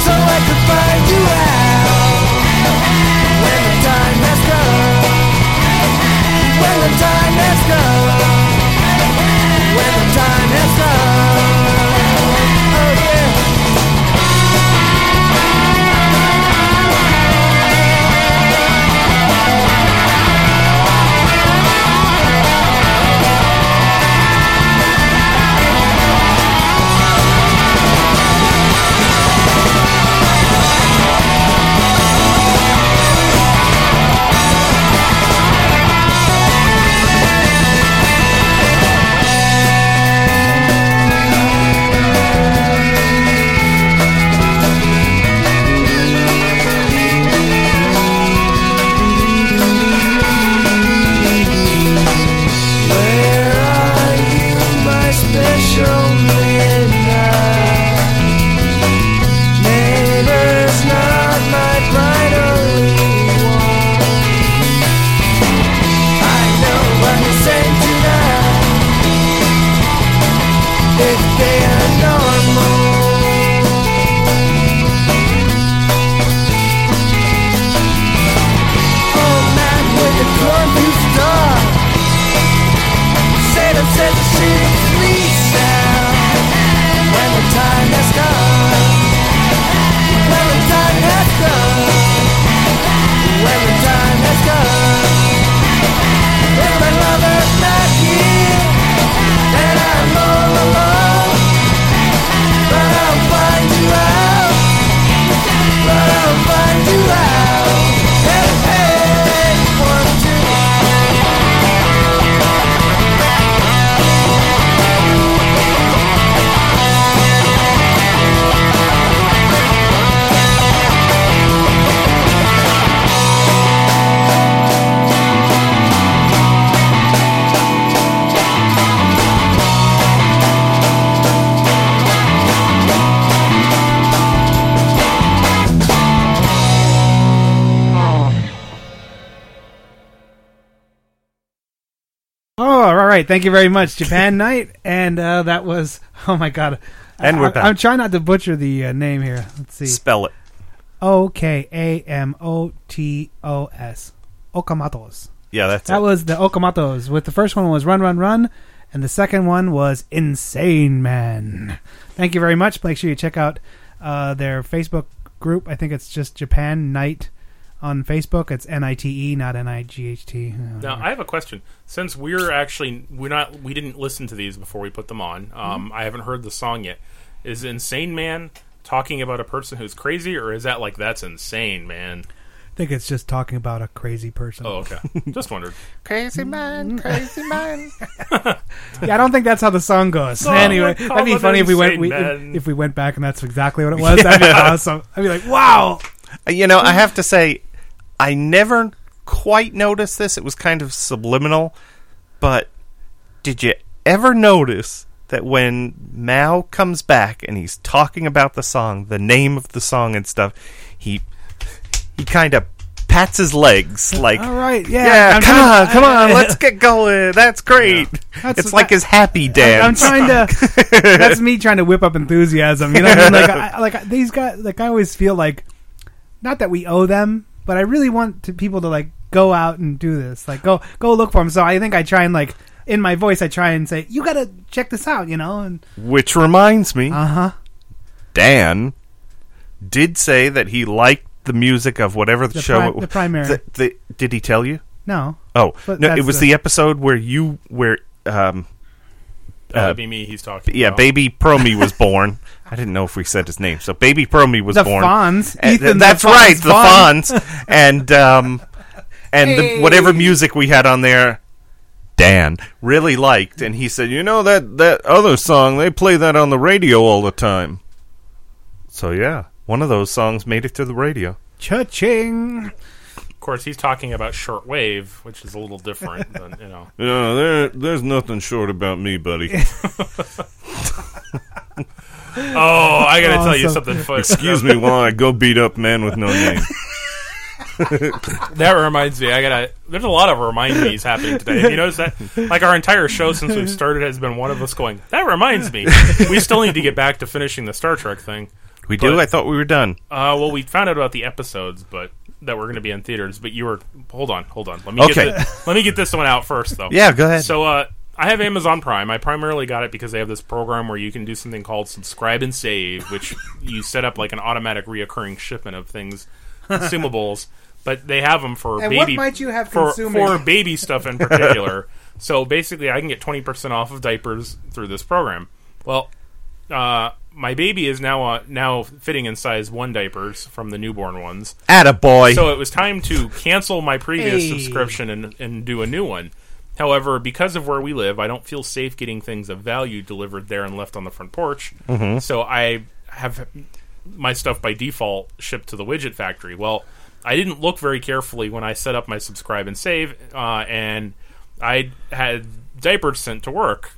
S9: So I could find you out When the time has come When the time has come When the time has come Oh yeah Where are you, my special midnight? Neighbor's not my pride only one. I know what you're saying tonight. If they are normal. Oh man, with the confused star. Satan says the shooting freaks out When the time has come When the time has come When the time has come If my lover's not here And I'm all alone But I'll find you out But I'll find you out Hey, hey, one, two,
S12: Oh, all right. Thank you very much, Japan Night, and uh, that was. Oh my god.
S10: And
S12: I,
S10: we're
S12: I-
S10: back.
S12: I'm trying not to butcher the uh, name here. Let's see.
S10: Spell it.
S12: O K A M O T O S. Okamatos.
S10: Yeah, that's
S12: that was the Okamatos. With the first one was Run Run Run, and the second one was Insane Man. Thank you very much. Make sure you check out uh, their Facebook group. I think it's just Japan Night on Facebook. It's N I T E, not N I G H T.
S11: Now I have a question. Since we're actually we're not we didn't listen to these before we put them on. Um, I haven't heard the song yet. Is Insane Man talking about a person who's crazy, or is that like that's insane, man?
S12: I think it's just talking about a crazy person.
S11: Oh, okay. Just wondered.
S10: Crazy man, crazy man.
S12: yeah, I don't think that's how the song goes.
S10: No,
S12: anyway,
S10: we're
S12: that'd be
S10: calling
S12: funny if we went
S10: Oh, insane
S12: we, if,
S10: men.
S12: if we went back and that's exactly what it was. That'd be awesome. I'd be like, wow.
S10: Uh, You know, I have to say, I never quite noticed this. It was kind of subliminal, but did you ever notice that when Mao comes back and he's talking about the song, the name of the song and stuff, he he kind of pats his legs like,
S12: All right, yeah,
S10: yeah,
S12: I'm
S10: come
S12: trying-
S10: on, come on, let's get going. That's great.
S12: That's-
S10: it's like his happy
S12: I'm, I'm
S10: dance.
S12: trying to. that's me trying to whip up enthusiasm. You know, what I mean? like, I, I- like I- these guys. Like, I always feel like, not that we owe them, but I really want to, people to like go out and do this. Like, go go look for them. So I think I try and like in my voice, I try and say, "You gotta check this out," you know, and
S10: Which reminds me,
S12: uh-huh.
S10: Dan did say that he liked the music of whatever the,
S12: The
S10: show.
S12: pri-
S10: it,
S12: the primary.
S10: The, the- did he tell you?
S12: No.
S10: Oh,
S12: But
S10: no! It
S12: that's
S10: was
S12: the-
S10: the episode where you where um.
S11: That would be me he's talking
S10: Uh, Yeah,
S11: about.
S10: baby Promy was born. I didn't know if we said his name. So baby Promy was
S12: The
S10: born.
S12: Fonz.
S10: And
S12: Ethan the
S10: that's
S12: Fonz
S10: right, the
S12: Fonz.
S10: Fonz. and um, and the, whatever music we had on there, Dan really liked. And he said, you know that that other song they play that on the radio all the time. So yeah, one of those songs made it to the radio.
S12: Cha-ching.
S11: Of course, he's talking about shortwave, which is a little different than you know.
S10: Yeah, there, there's nothing short about me, buddy.
S11: Oh, I gotta tell you Awesome. something funny.
S10: Excuse me while I go beat up man with no name.
S11: that reminds me. I gotta. There's a lot of remind me's happening today. Have you notice that? Like our entire show since we've started has been one of us going. That reminds me. We still need to get back to finishing the Star Trek thing.
S10: We
S11: But-
S10: do. I thought we were done.
S11: Uh, well, we found out about the episodes, but that were going to be in theaters. But you were hold on, hold on. Let me
S10: Okay.
S11: get the, let me get this one out first, though.
S10: Yeah, go ahead.
S11: So, uh, I have Amazon Prime. I primarily got it because they have this program where you can do something called subscribe and save, which you set up like an automatic reoccurring shipment of things, consumables. But they have them for
S12: And what
S11: baby
S12: might you have
S11: for,
S12: consuming?
S11: for baby stuff in particular. so basically, I can get twenty percent off of diapers through this program. Well, uh, my baby is now uh, now fitting in size one diapers from the newborn ones.
S10: Attaboy.
S11: So it was time to cancel my previous
S10: Hey.
S11: subscription and, and do a new one. However, because of where we live, I don't feel safe getting things of value delivered there and left on the front porch.
S10: Mhm.
S11: So I have my stuff by default shipped to the widget factory. Well, I didn't look very carefully when I set up my subscribe and save, uh, and I had diapers sent to work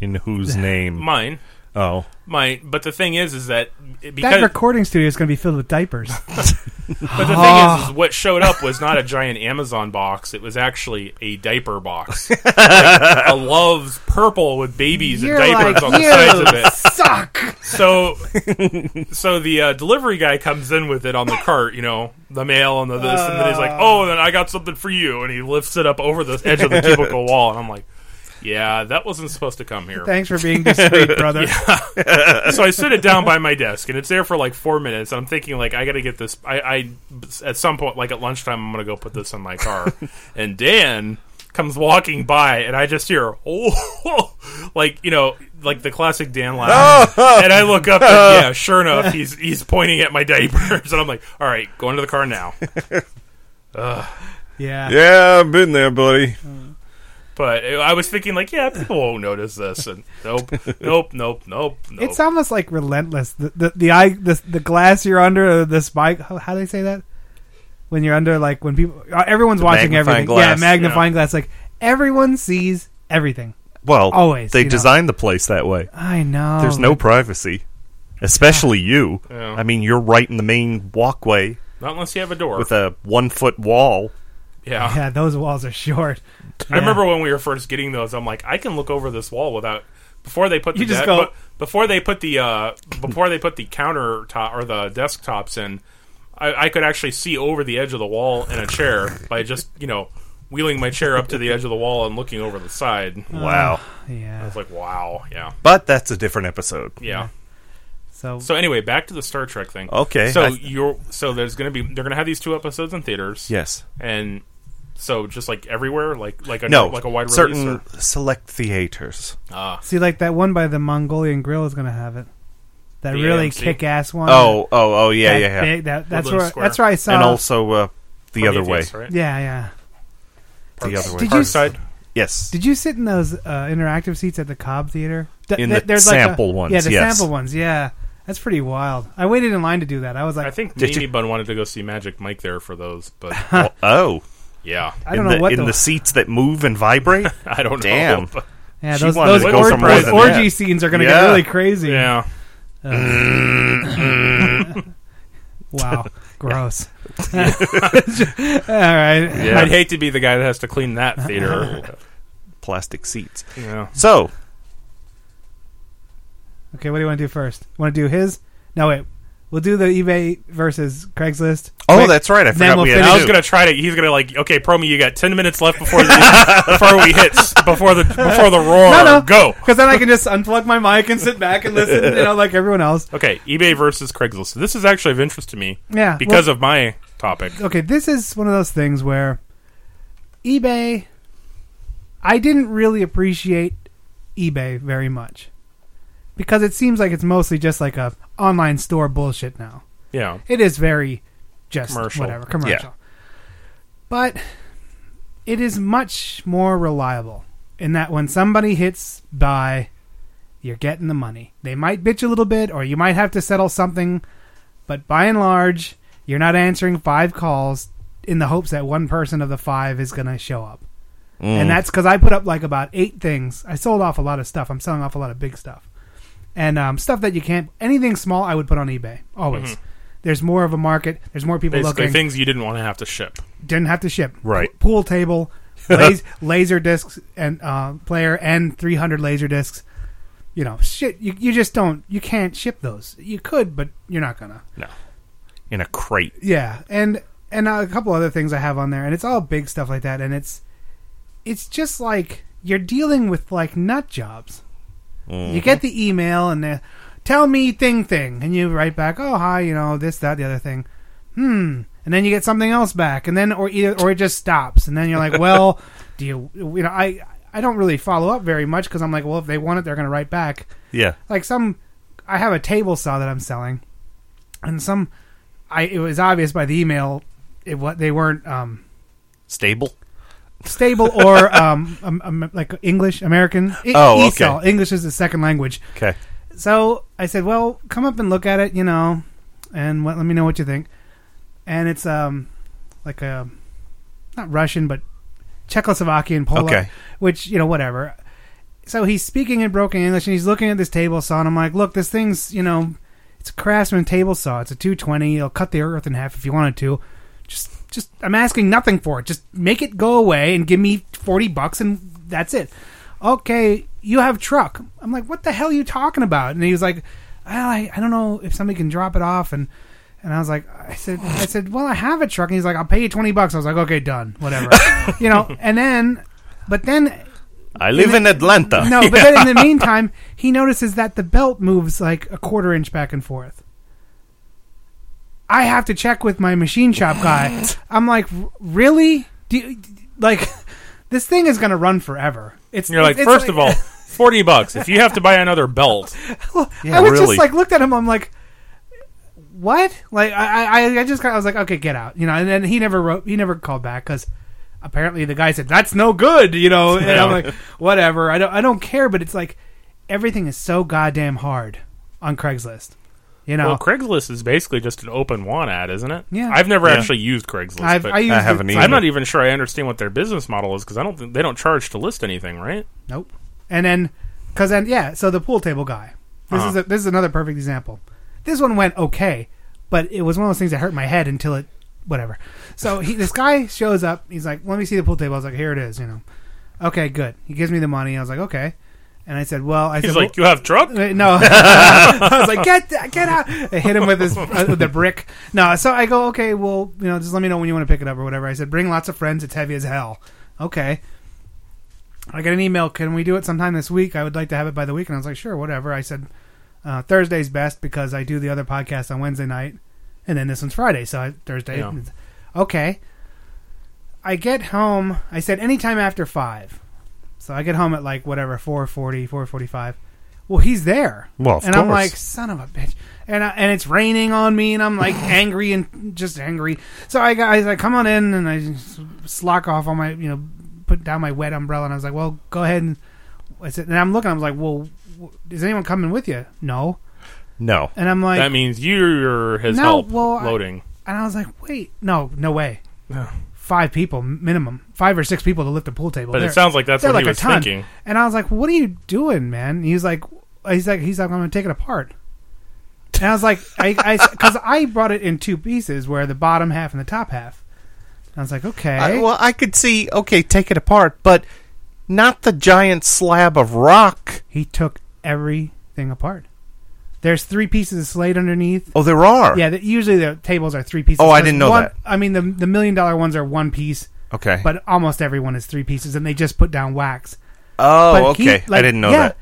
S10: In whose name?
S11: Mine.
S10: Oh.
S11: My, but the thing is, is that
S12: that
S11: it- because.
S12: recording studio is going to be filled with diapers.
S11: but the thing is, is, what showed up was not a giant Amazon box. It was actually a diaper box, Like, a Love's purple with babies
S12: You're
S11: and diapers
S12: like,
S11: on the
S12: "You
S11: sides of it.
S12: suck.
S11: So, so the uh, delivery guy comes in with it on the cart, you know, the mail and the this, and then he's like,
S10: Uh.
S11: "Oh, then I got something for you," and he lifts it up over the edge of the cubicle wall, and I'm like. Yeah, that wasn't supposed to come here.
S12: Thanks for being discreet, brother.
S11: Yeah. so I sit it down by my desk, and it's there for like four minutes. I'm thinking, like, I got to get this. I, I at some point, like at lunchtime, I'm gonna go put this in my car. and Dan comes walking by, and I just hear, oh, like you know, like the classic Dan laugh.
S10: Oh!
S11: and I look up, and yeah, sure enough, he's he's pointing at my diapers, and I'm like, all right, go into the car now. Ugh.
S12: Yeah.
S10: Yeah, I've been there, buddy.
S11: But I was thinking, like, yeah, people won't notice this, and nope, nope, nope, nope,
S10: Oh.
S11: nope.
S12: It's almost like relentless. The the the, eye, the the glass you're under, or the spike. How, how do they say that? When you're under, like when people, uh, everyone's
S10: The
S12: watching
S10: magnifying
S12: everything. Yeah,
S10: glass.
S12: magnifying
S10: Yeah.
S12: glass. Like everyone sees everything.
S10: Well,
S12: always
S10: they
S12: you know.
S10: designed the place that way.
S12: I know.
S10: There's no privacy, especially you.
S11: Yeah.
S10: I mean, you're right in the main walkway
S11: Not unless you have a door.
S10: with a one foot wall.
S11: yeah.
S12: Yeah, those walls are short.
S11: I remember when we were first getting those. I'm like, I can look over this wall without before they put the
S12: You just
S11: de-
S12: go-
S11: bu- before they put the uh, before they put the countertop or the desktops in. I, I could actually see over the edge of the wall in a chair by just you know wheeling my chair up to the edge of the wall and looking over the side.
S10: Wow.
S12: yeah,
S11: I was like, wow, yeah,
S10: But that's a different episode.
S11: yeah.
S12: So
S11: so anyway, back to the Star Trek thing.
S10: Okay.
S11: So
S10: I-
S11: you're so there's gonna be they're gonna have these two episodes in theaters.
S10: Yes.
S11: And so just like everywhere, like like a
S10: no,
S11: like a wide
S10: certain
S11: release.
S10: select theaters.
S11: Ah.
S12: See, like that one by the Mongolian Grill is going to have it. That
S10: The
S12: really
S10: AMC?
S12: kick-ass one.
S10: Oh, oh, oh, yeah,
S12: That
S10: yeah, yeah.
S12: big- that- that's
S10: Woodland
S12: where
S10: Square.
S12: that's where I saw.
S10: And also uh, the other way.
S11: Prometheus, right?
S12: Yeah, yeah.
S10: The other way.
S12: Did you s-
S10: Yes.
S12: Did you sit in those uh, interactive seats at the Cobb Theater?
S10: In the sample ones,
S12: Yeah, the
S10: yes.
S12: sample ones. Yeah, that's pretty wild. I waited in line to do that. I was like,
S11: I think
S12: Did
S11: Mimi
S12: you-
S11: Bun wanted to go see Magic Mike there for those, but
S10: oh,
S11: yeah.
S12: I don't
S10: in
S12: know
S10: the,
S12: what
S10: in
S12: the-
S10: the seats that move and vibrate.
S11: I don't know.
S10: Damn.
S12: yeah,
S10: She
S12: those,
S10: wanted
S12: those,
S10: to go
S12: or-
S10: for more
S12: those
S10: than
S12: orgy
S10: that.
S12: scenes are going to
S10: Yeah.
S12: get really crazy.
S11: Yeah.
S12: Uh, wow, gross. All right.
S11: I'd hate to be the guy that has to clean that theater.
S10: Plastic seats.
S11: Yeah.
S10: So
S12: Okay, what do you want to do first? Want to do his? No, wait. We'll do the eBay versus Craigslist.
S10: Oh,
S12: Quick,
S10: that's right. I
S12: then
S10: forgot
S12: we'll
S10: we had
S12: finish-
S11: I was gonna try to. He's gonna like, okay, Promi, you got ten minutes left before the, before we hit s- before the before the roar.
S12: No, no.
S11: Go.
S12: Because then I can just unplug my mic and sit back and listen, you know, like everyone else.
S11: Okay, eBay versus Craigslist. This is actually of interest to me.
S12: Yeah,
S11: Because
S12: well-
S11: of my topic.
S12: Okay, this is one of those things where eBay. I didn't really appreciate eBay very much because it seems like it's mostly just like a online store bullshit now.
S11: Yeah.
S12: it is very just
S11: Commercial.
S12: whatever
S11: Yeah.
S12: commercial. But it is much more reliable in that when somebody hits buy, you're getting the money. They might bitch a little bit, or you might have to settle something, but by and large, you're not answering five calls in the hopes that one person of the five is going to show up.
S10: Mm.
S11: Mm.
S12: And that's because I put up like about eight things. I sold off a lot of stuff. I'm selling off a lot of big stuff. And um, stuff that you can't, anything small, I would put on eBay. Always.
S9: Mhm.
S12: There's more of a market. There's more people
S11: Mm-hmm. Basically,
S12: looking.
S11: things you didn't want to have to ship.
S12: Didn't have to ship.
S11: Right.
S12: P- pool table, las- laser discs and uh, player and 300 laser discs. You know, shit. You, you just don't. You can't ship those. You could, but you're not gonna.
S10: No. In a crate.
S12: Yeah, and and uh, a couple other things I have on there, and it's all big stuff like that, and it's it's just like you're dealing with like nut jobs. You get the email and they tell me thing thing, and you write back, oh hi, you know this that the other thing, hmm, and then you get something else back, and then or either or it just stops, and then you're like, well, do you you know I I don't really follow up very much because I'm like, well if they want it, they're gonna write back.
S10: Yeah.
S12: Like some, I have a table saw that I'm selling, and some, I it was obvious by the email, it what they weren't um,
S10: Stable.
S12: stable or um, um, um, like English American. E-
S10: Oh,
S12: ESOL.
S10: okay.
S12: English is the second language.
S10: Okay.
S12: So I said, well, come up and look at it, you know, and what, let me know what you think. And it's um, like a not Russian, but Czechoslovakian, Polish,
S10: Okay.
S12: which you know, whatever. So he's speaking in broken English, and he's looking at this table saw, and I'm like, look, this thing's you know, it's a Craftsman table saw. It's a 220. It'll cut the earth in half if you wanted to. Just, just, I'm asking nothing for it. Just make it go away and give me 40 bucks, and that's it. Okay, you have truck. I'm like, what the hell are you talking about? And he was like, well, I, I don't know if somebody can drop it off, and and I was like, I said, I said, well, I have a truck, and he's like, I'll pay you 20 bucks. I was like, okay, done, whatever, you know. And then, but then
S10: I live
S12: In
S10: in, Atlanta.
S12: no, but then in the meantime, he notices that the belt moves like a quarter inch back and forth. I have to check with my machine shop guy. I'm like, "R- really? Do you, like this thing is going to run forever? It's
S11: You're like,
S12: it's
S11: first of all, forty bucks. If you have to buy another belt,
S12: I was just like looked at him. I'm like, what? Like I, I, I just got, I was like, okay, get out, you know. And then he never wrote, he never called back because apparently the guy said that's no good, you know. And I'm
S11: Yeah.
S12: like, whatever, I don't, I don't care. But it's like everything is so goddamn hard on Craigslist, you know.
S11: well, Craigslist is basically just an open want ad, isn't it?
S12: Yeah.
S11: I've never
S12: Yeah.
S11: actually used Craigslist.
S12: I've-
S11: but
S12: I used I haven't it.
S11: I'm not even sure I understand what their business model is because I don't. Think, they don't charge to list anything, right?
S12: Nope. And then, because then, yeah. So the pool table guy. This is
S11: Uh-huh.
S12: a, this is another perfect example. This one went okay, but it was one of those things that hurt my head until it, whatever. So he, this guy shows up. He's like, "Let me see the pool table." I was like, "Here it is," you know. Okay, good. He gives me the money. I was like, "Okay," and I said, "Well," I
S11: He's
S12: said,
S11: like, "You have truck?"
S12: Uh, No, I was like, "Get get out!" I hit him with his uh, with the brick. No, so I go, "Okay, well, you know, just let me know when you want to pick it up or whatever." I said, "Bring lots of friends. It's heavy as hell." Okay. I get an email. Can we do it sometime this week? I would like to have it by the weekend. I was like, sure, whatever. I said uh, Thursday's best because I do the other podcast on Wednesday night, and then this one's Friday, so I, Thursday.
S9: Yeah.
S12: Okay. I get home. I said anytime after five. So I get home at like whatever 440, 445. Well, he's there.
S10: Well, of
S12: and I'm
S10: course.
S12: like, son of a bitch. And I, and it's raining on me, and I'm like angry and just angry. So I got, I was like, come on in, and I just slock off on my, you know, put down my wet umbrella, and I was like, well, go ahead and. I said, and I'm looking. I was like, well, w- is anyone coming with you? No.
S10: no.
S12: And I'm like,
S11: that means you're his
S12: No,
S11: help
S12: well, I-
S11: loading.
S12: and I was like, wait, no, no way. Five people minimum, five or six people to lift a pool table.
S11: But it
S12: They're-
S11: sounds like that's
S12: they're
S11: what he
S12: a
S11: was
S12: ton.
S11: thinking.
S12: And I was like, what are you doing, man? And he was like, he's like, he's like, I'm gonna take it apart. And I was like, I, because I, brought it in two pieces, where the bottom half and the top half. And I was like, okay,
S10: I- well, I could see, okay, take it apart, but not the giant slab of rock.
S12: He took everything apart. There's three pieces of slate underneath.
S10: Oh, there are.
S12: Yeah, the, usually the tables are three pieces.
S10: Oh, I
S12: 'cause
S10: didn't know
S12: one-
S10: that.
S12: I mean, the the million dollar ones are one piece.
S10: Okay.
S12: But almost everyone is three pieces, and they just put down wax.
S10: Oh,
S12: But he-
S10: okay. I didn't know that.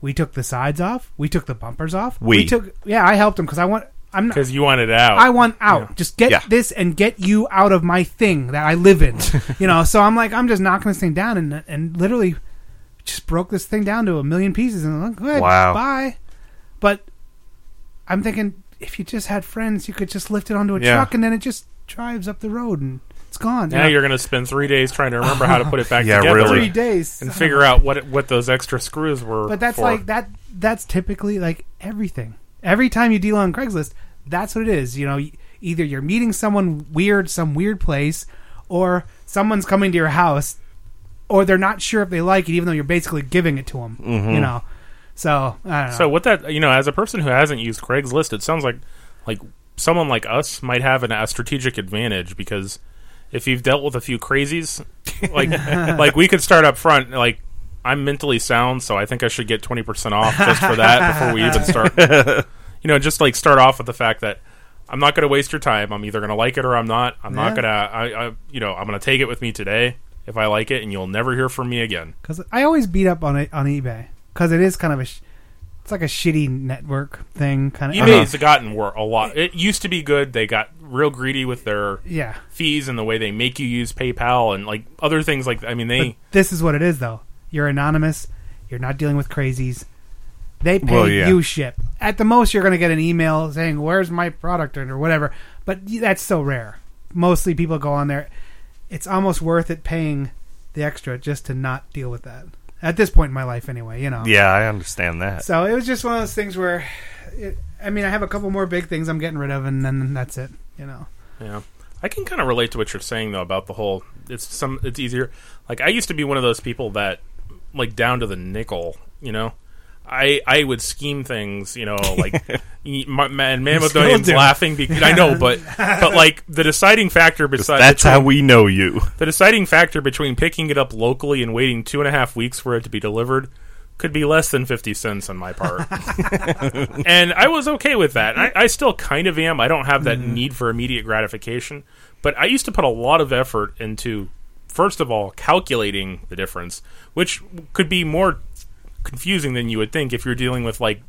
S12: We took the sides off. We took the bumpers off.
S10: We.
S12: took. Yeah, I helped him because I want. I'm not.
S11: Because you wanted out.
S12: I want out. Just get
S11: Yeah.
S12: this and get you out of my thing that I live in. you know, so I'm like, I'm just knocking this thing down and and literally just broke this thing down to a million pieces and I'm like, good,
S10: Wow.
S12: bye. But I'm thinking if you just had friends, you could just lift it onto a
S11: Yeah.
S12: truck and then it just drives up the road and it's gone.
S11: Now
S12: You know?
S11: you're going to spend three days trying to remember how to put it back
S10: Yeah,
S11: together.
S10: really.
S12: Three days.
S11: and figure out what it, what those extra screws were.
S12: But that's
S11: for.
S12: like that. That's typically like everything. Every time you deal on Craigslist, that's what it is. You know, either you're meeting someone weird, some weird place, or someone's coming to your house, or they're not sure if they like it, even though you're basically giving it to them.
S11: Mhm.
S12: You know, so I don't know.
S11: So what that you know, as a person who hasn't used Craigslist, it sounds like like someone like us might have an, a strategic advantage because if you've dealt with a few crazies, like like we could start up front. Like I'm mentally sound, so I think I should get twenty percent off just for that before we even start. you know, just like start off with the fact that I'm not going to waste your time. I'm either going to like it or I'm not. I'm
S12: Yeah.
S11: not gonna. I, I you know I'm going to take it with me today if I like it, and you'll never hear from me again.
S12: Because I always beat up on it on eBay because it is kind of a, sh- it's like a shitty network thing kind
S10: Uh-huh.
S12: of.
S11: eBay's E gotten wor a lot. It used to be good. They got real greedy with their
S12: Yeah.
S11: fees and the way they make you use PayPal and like other things like I mean they
S12: This is what it is though. You're anonymous. You're not dealing with crazies. They pay
S11: Well, yeah.
S12: you ship. At the most, you're going to get an email saying "Where's my product?" or whatever. But y- that's so rare. Mostly people go on there. It's almost worth it paying the extra just to not deal with that. At this point in my life, anyway, you know.
S10: Yeah, I understand that.
S12: So it was just one of those things where, it, I mean, I have a couple more big things I'm getting rid of, and then that's it. You know.
S11: Yeah. I can kind of relate to what you're saying though about the whole it's some it's easier. Like I used to be one of those people that like down to the nickel, you know. I I would scheme things, you know, like y- my, man man with no
S10: still
S11: name's
S10: do.
S11: laughing because I know, but but like the deciding factor besides
S10: That's how we know you.
S11: The deciding factor between picking it up locally and waiting two and a half weeks for it to be delivered could be less than 50 cents on my part. and I was okay with that. And I, I still kind of am. I don't have that need for immediate gratification. But I used to put a lot of effort into, first of all, calculating the difference, which could be more confusing than you would think if you're dealing with like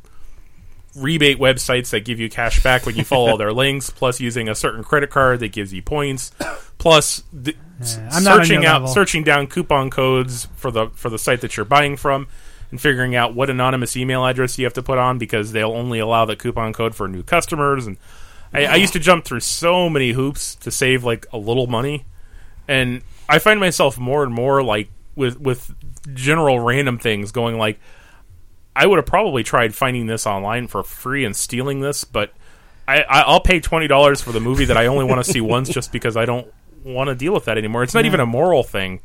S11: rebate websites that give you cash back when you follow their links, plus using a certain credit card that gives you points, plus th- s-
S12: I'm not on
S11: searching
S12: your
S11: out
S12: level.
S11: searching down coupon codes for the for the site that you're buying from. And figuring out what anonymous email address you have to put on because they'll only allow the coupon code for new customers. And I, I used to jump through so many hoops to save like a little money, and I find myself more and more like with with general random things going like I would have probably tried finding this online for free and stealing this, but I, I, I'll pay twenty dollars for the movie that I only want to see once, just because I don't want to deal with that anymore. It's not
S10: Yeah.
S11: even a moral thing.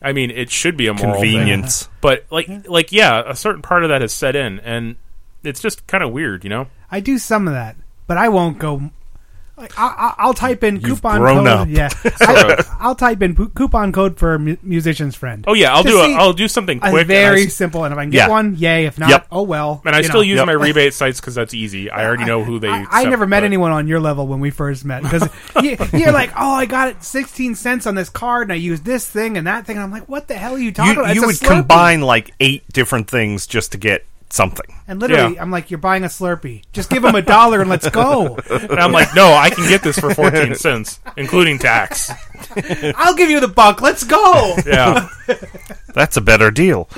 S11: I mean, it should be a moral thing.
S10: Convenience.
S11: but like, like yeah, a certain part of that has set in, and it's just kind of weird, you know.
S12: I do some of that, but I won't go. Like, I, I, I'll type in coupon
S11: grown
S12: code.
S11: up.
S12: Yeah,
S11: Sort
S12: I,
S11: of.
S12: I'll type in pu- coupon code for mu- musician's friend.
S11: Oh yeah, I'll
S12: To
S11: do a,
S12: see-
S11: I'll do something
S12: a
S11: quick, and I
S12: very
S11: s-
S12: simple, and if I can get one, yay. If not,
S11: Yep.
S12: oh well.
S11: And I
S12: you know.
S11: still use my rebate sites because that's easy. I already know who they.
S12: I
S11: accept.
S12: never met anyone on your level when we first met because you, you're like, oh, I got it sixteen cents on this card, and I used this thing and that thing. And I'm like, what the hell are you talking
S10: You,
S12: about?
S10: you
S12: It's a
S10: would
S12: Slurpee.
S10: combine like eight different things just to get something.
S12: And literally, I'm like, you're buying a Slurpee. Just give him a dollar and let's go.
S11: and I'm like, no, I can get this for fourteen cents, including tax.
S12: I'll give you the buck. Let's go.
S11: Yeah.
S10: That's a better deal.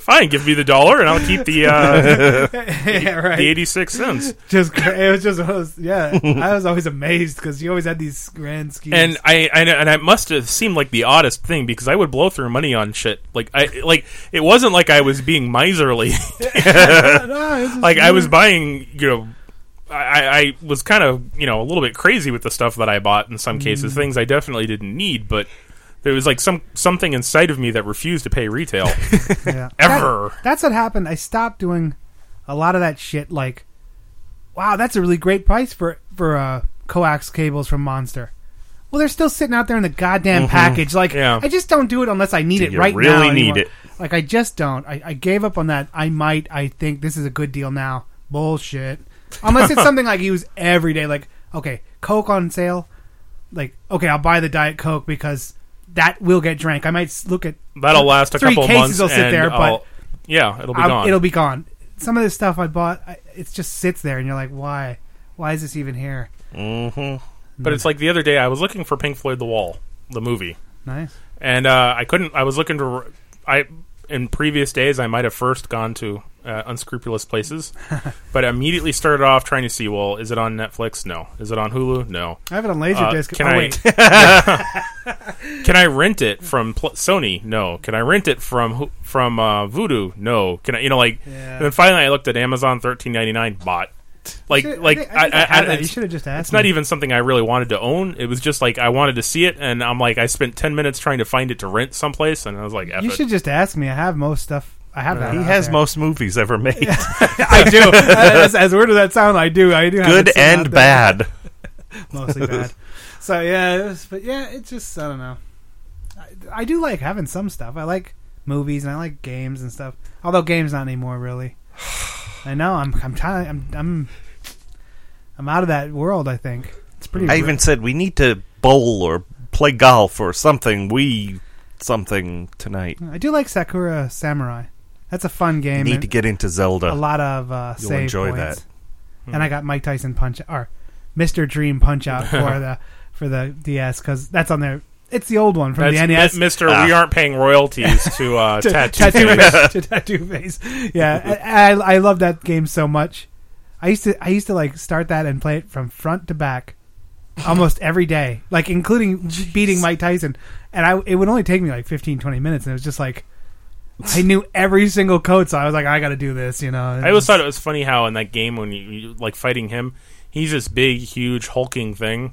S11: Fine, give me the dollar, and I'll keep the uh,
S12: Yeah, right.
S11: the eighty six cents.
S12: Just cra- it was just it was, yeah. I was always amazed because you always had these grand schemes.
S11: And I and, and it must have seemed like the oddest thing because I would blow through money on shit. Like I like it wasn't like I was being miserly.
S12: it's just
S11: like I was
S12: weird.
S11: buying, you know, I, I- I was kind of you know a little bit crazy with the stuff that I bought in some cases,
S10: Mm.
S11: things I definitely didn't need, but. There was like some something inside of me that refused to pay retail ever.
S12: That- that's what happened. I stopped doing a lot of that shit. Like, wow, that's a really great price for for uh, coax cables from Monster. Well, they're still sitting out there in the goddamn
S10: Mhm.
S12: package. Like,
S10: Yeah.
S12: I just don't do it unless I need
S10: Do
S12: it
S10: you
S12: right
S10: really
S12: now.
S10: need
S12: anymore.
S10: it?
S12: Like, I just don't. I, I gave up on that. I might. I think this is a good deal now. Bullshit. Unless it's something I use every day. Like, okay, Coke on sale. Like, okay, I'll buy the Diet Coke because that will get drank. I might s- look at
S11: That'll last a
S12: three
S11: couple of
S12: cases
S11: months
S12: Will sit
S11: and
S12: there, but
S11: I'll- yeah, it'll be
S12: I'm-
S11: gone.
S12: It'll be gone. Some of this stuff I bought, I, it just sits there, and you're like, why? Why is this even here?
S11: Mm-hmm. But it's like the other day I was looking for Pink Floyd The Wall, the movie.
S12: Nice.
S11: And uh, I couldn't. I was looking to. r- I in previous days I might have first gone to uh, unscrupulous places, but I immediately started off trying to see. Well, is it on Netflix? No. Is it on Hulu? No.
S12: I have it on Laserdisc.
S11: Uh, can
S12: Oh,
S11: I?
S12: wait.
S11: can I rent it from pl- Sony? No. Can I rent it from Hu- from uh, Voodoo? No. Can I? You know, like. And then finally, I looked at Amazon thirteen ninety nine bought. Like,
S12: Should- I
S11: like
S12: think- I think I had that. You
S11: it's-
S12: should have just asked
S11: It's not
S12: me.
S11: even something I really wanted to own. It was just like I wanted to see it, and I'm like, I spent ten minutes trying to find it to rent someplace, and I was like, F
S12: You
S11: it.
S12: should just ask me. I have most stuff I have that.
S10: He
S12: out
S10: has
S12: there.
S10: most movies ever made.
S12: I do. as, as weird as that sound, I do. I do. have
S10: Good
S12: it sitting
S10: and
S12: out there.
S10: bad.
S12: Mostly bad. So yeah, it was, but yeah, it's just I don't know. I, I do like having some stuff. I like movies and I like games and stuff. Although games not anymore, really. I know. I'm. I'm trying. I'm. I'm. I'm out of that world. I think it's pretty.
S10: I
S12: ri-
S10: even said we need to bowl or play golf or something. We something tonight.
S12: I do like Sakura Samurai. That's a fun game.
S10: need
S12: and
S10: to get into Zelda.
S12: A lot of uh,
S10: You'll
S12: save
S10: enjoy
S12: points.
S10: that. Hmm.
S12: And I got Mike Tyson punch or Mr. Dream punch out for the for the DS because that's on there. It's the old one from
S11: That's
S12: the E NES.
S11: Mi- Mr. We aren't paying royalties to, uh, Tattoo Face.
S12: to tattoo face. Yeah, I, I, I love that game so much. I used to I used to like start that and play it from front to back, almost every day, like including beating Mike Tyson. And I it would only take me like 15, 20 minutes, and it was just like I knew every single code, so I was like, I got to do this, you know.
S11: I always thought it was funny how in that game when you, you like fighting him, he's this big, huge, hulking thing.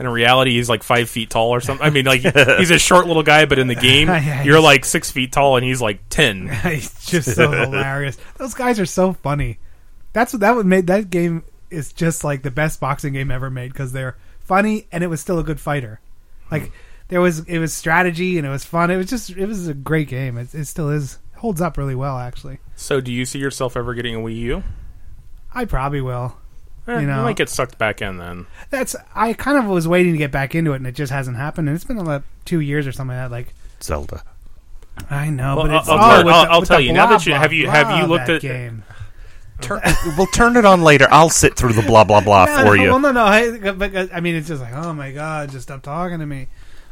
S11: And in reality, he's like five feet tall or something. I mean, like he's a short little guy, but in the game,
S12: Yeah,
S11: you're
S12: he's-
S11: like six feet tall, and he's like ten.
S12: It's just so hilarious. Those guys are so funny. That's what that would make that game is just like the best boxing game ever made because they're funny and it was still a good fighter.
S11: Hmm.
S12: Like there was it was strategy and it was fun. It was just it was a great game. It, it still is holds up really well actually.
S11: So, do you see yourself ever getting a Wii U?
S12: I probably will.
S11: Eh,
S12: you know,
S11: might get sucked back in then.
S12: that's I kind of was waiting to get back into it and it just hasn't happened. And it's been like two years or something like that. Like
S10: Zelda.
S12: I know,
S11: Well, uh,
S12: but it's
S11: I'll,
S12: oh,
S11: I'll,
S12: with
S11: I'll,
S12: the-
S11: I'll
S12: with
S11: tell
S12: the
S11: you. Now
S12: blah,
S11: that you
S12: blah,
S11: have you have you
S12: blah,
S11: looked
S12: that
S11: at
S12: game.
S10: we'll turn it on later. I'll sit through the blah blah blah
S12: No,
S10: Uh, for
S12: no,
S10: you.
S12: Well, no, no. I, because, I mean, it's just like, oh my god, just stop talking to me.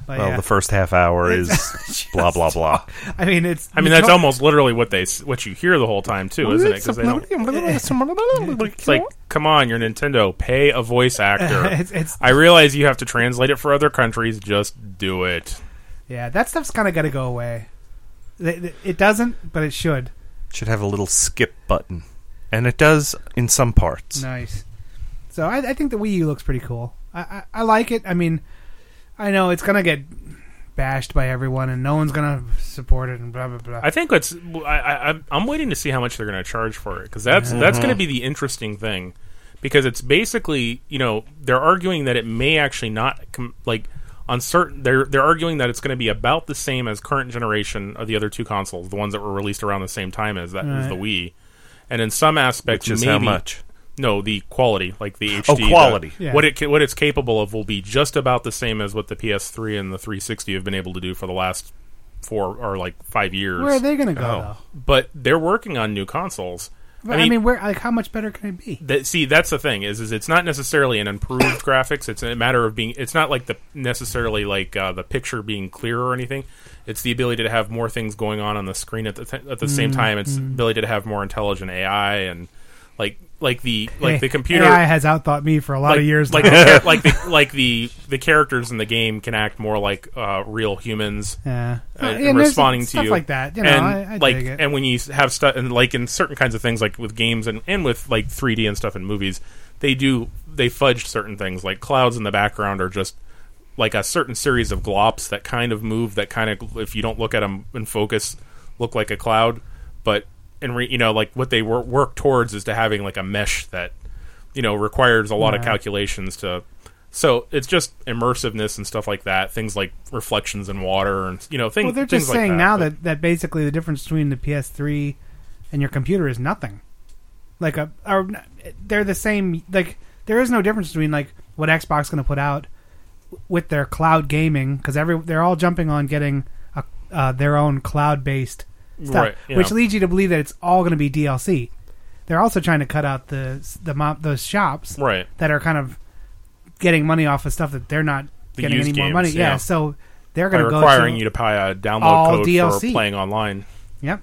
S12: But
S10: Well,
S12: yeah.
S10: the first half hour is blah blah blah.
S12: I mean, it's.
S11: I mean, that's almost literally what they s- what you hear the whole time too, isn't it? Because they don't. It's like, come on, you're Nintendo. Pay a voice actor.
S12: It's- it's-
S11: I realize you have to translate it for other countries. Just do it.
S12: Yeah, that stuff's kind of got to go away. Th- th- It doesn't, but it should.
S10: Should have a little skip button, and it does in some parts.
S12: Nice. So I, I think the Wii U looks pretty cool. I, I, I like it. I mean, I know it's gonna get bashed by everyone, and no one's gonna support it, and blah blah blah.
S11: I think what's I, I I'm- I'm waiting to see how much they're going to charge for it because that's that's
S12: Mhm.
S11: going to be the interesting thing because it's basically you know they're arguing that it may actually not com- like on certain they're they're arguing that it's going to be about the same as current generation of the other two consoles the ones that were released around the same time as that as
S10: Right.
S11: the Wii and in some aspects
S10: Which is how
S11: maybe-
S10: much?
S11: no the quality like the HD
S10: Oh,
S11: the-
S10: quality. Yeah.
S11: what it ca- what it's capable of will be just about the same as what the PS3 and the 360 have been able to do for the last four or like five years
S12: Where are they gonna go,
S11: Oh.
S12: though?
S11: but they're working on new consoles.
S12: But, I mean, where like how much better can it be?
S11: that, see, that's the thing is, is it's not necessarily an improved graphics. It's a matter of being. It's not like the necessarily like uh, the picture being clearer or anything. It's the ability to have more things going on on the screen at the th- at the same
S12: Mm,
S11: time. It's
S12: mm.
S11: ability to have more intelligent AI and like like the like
S12: Hey,
S11: the computer
S12: AI has outthought me for a lot
S11: like,
S12: of years.
S11: Like
S12: now.
S11: the, char- like the like the the characters in the game can act more like uh, real humans.
S12: Yeah.
S11: uh,
S12: Uh, yeah,
S11: and
S12: and there's
S11: responding to
S12: stuff
S11: you
S12: like that, you know,
S11: and
S12: I- I
S11: like
S12: dig it.
S11: and when you s- have stuff and like in certain kinds of things, like with games and and with like 3D and stuff in movies, they do they fudge certain things. Like clouds in the background are just like a certain series of glops that kind of move. That kind of if you don't look at them in focus, look like a cloud, but and re, you know like what they wor- work towards is to having like a mesh that you know requires a lot of
S10: Right.
S11: calculations to so it's just immersiveness and stuff like that things like reflections in water and you know things
S12: well, they're
S11: things
S12: just
S11: like
S12: saying
S11: that.
S12: now that, that basically the difference between the PS3 and your computer is nothing. Like a, or they're the same. Like there is no difference between like what Xbox going to put out with their cloud gaming because every they're all jumping on getting a, uh, their own cloud based stuff,
S11: Right, yeah.
S12: which leads you to believe that it's all going to be DLC. They're also trying to cut out the the mo- those shops
S11: Right.
S12: that are kind of getting money off of stuff that they're not
S11: The
S12: getting
S11: used
S12: any more
S11: games,
S12: money.
S11: yeah.
S12: so they're
S11: By
S12: going to go
S11: requiring
S12: to,
S11: you to buy a download
S12: all
S11: code for
S12: DLC.
S11: playing online.
S12: Yep.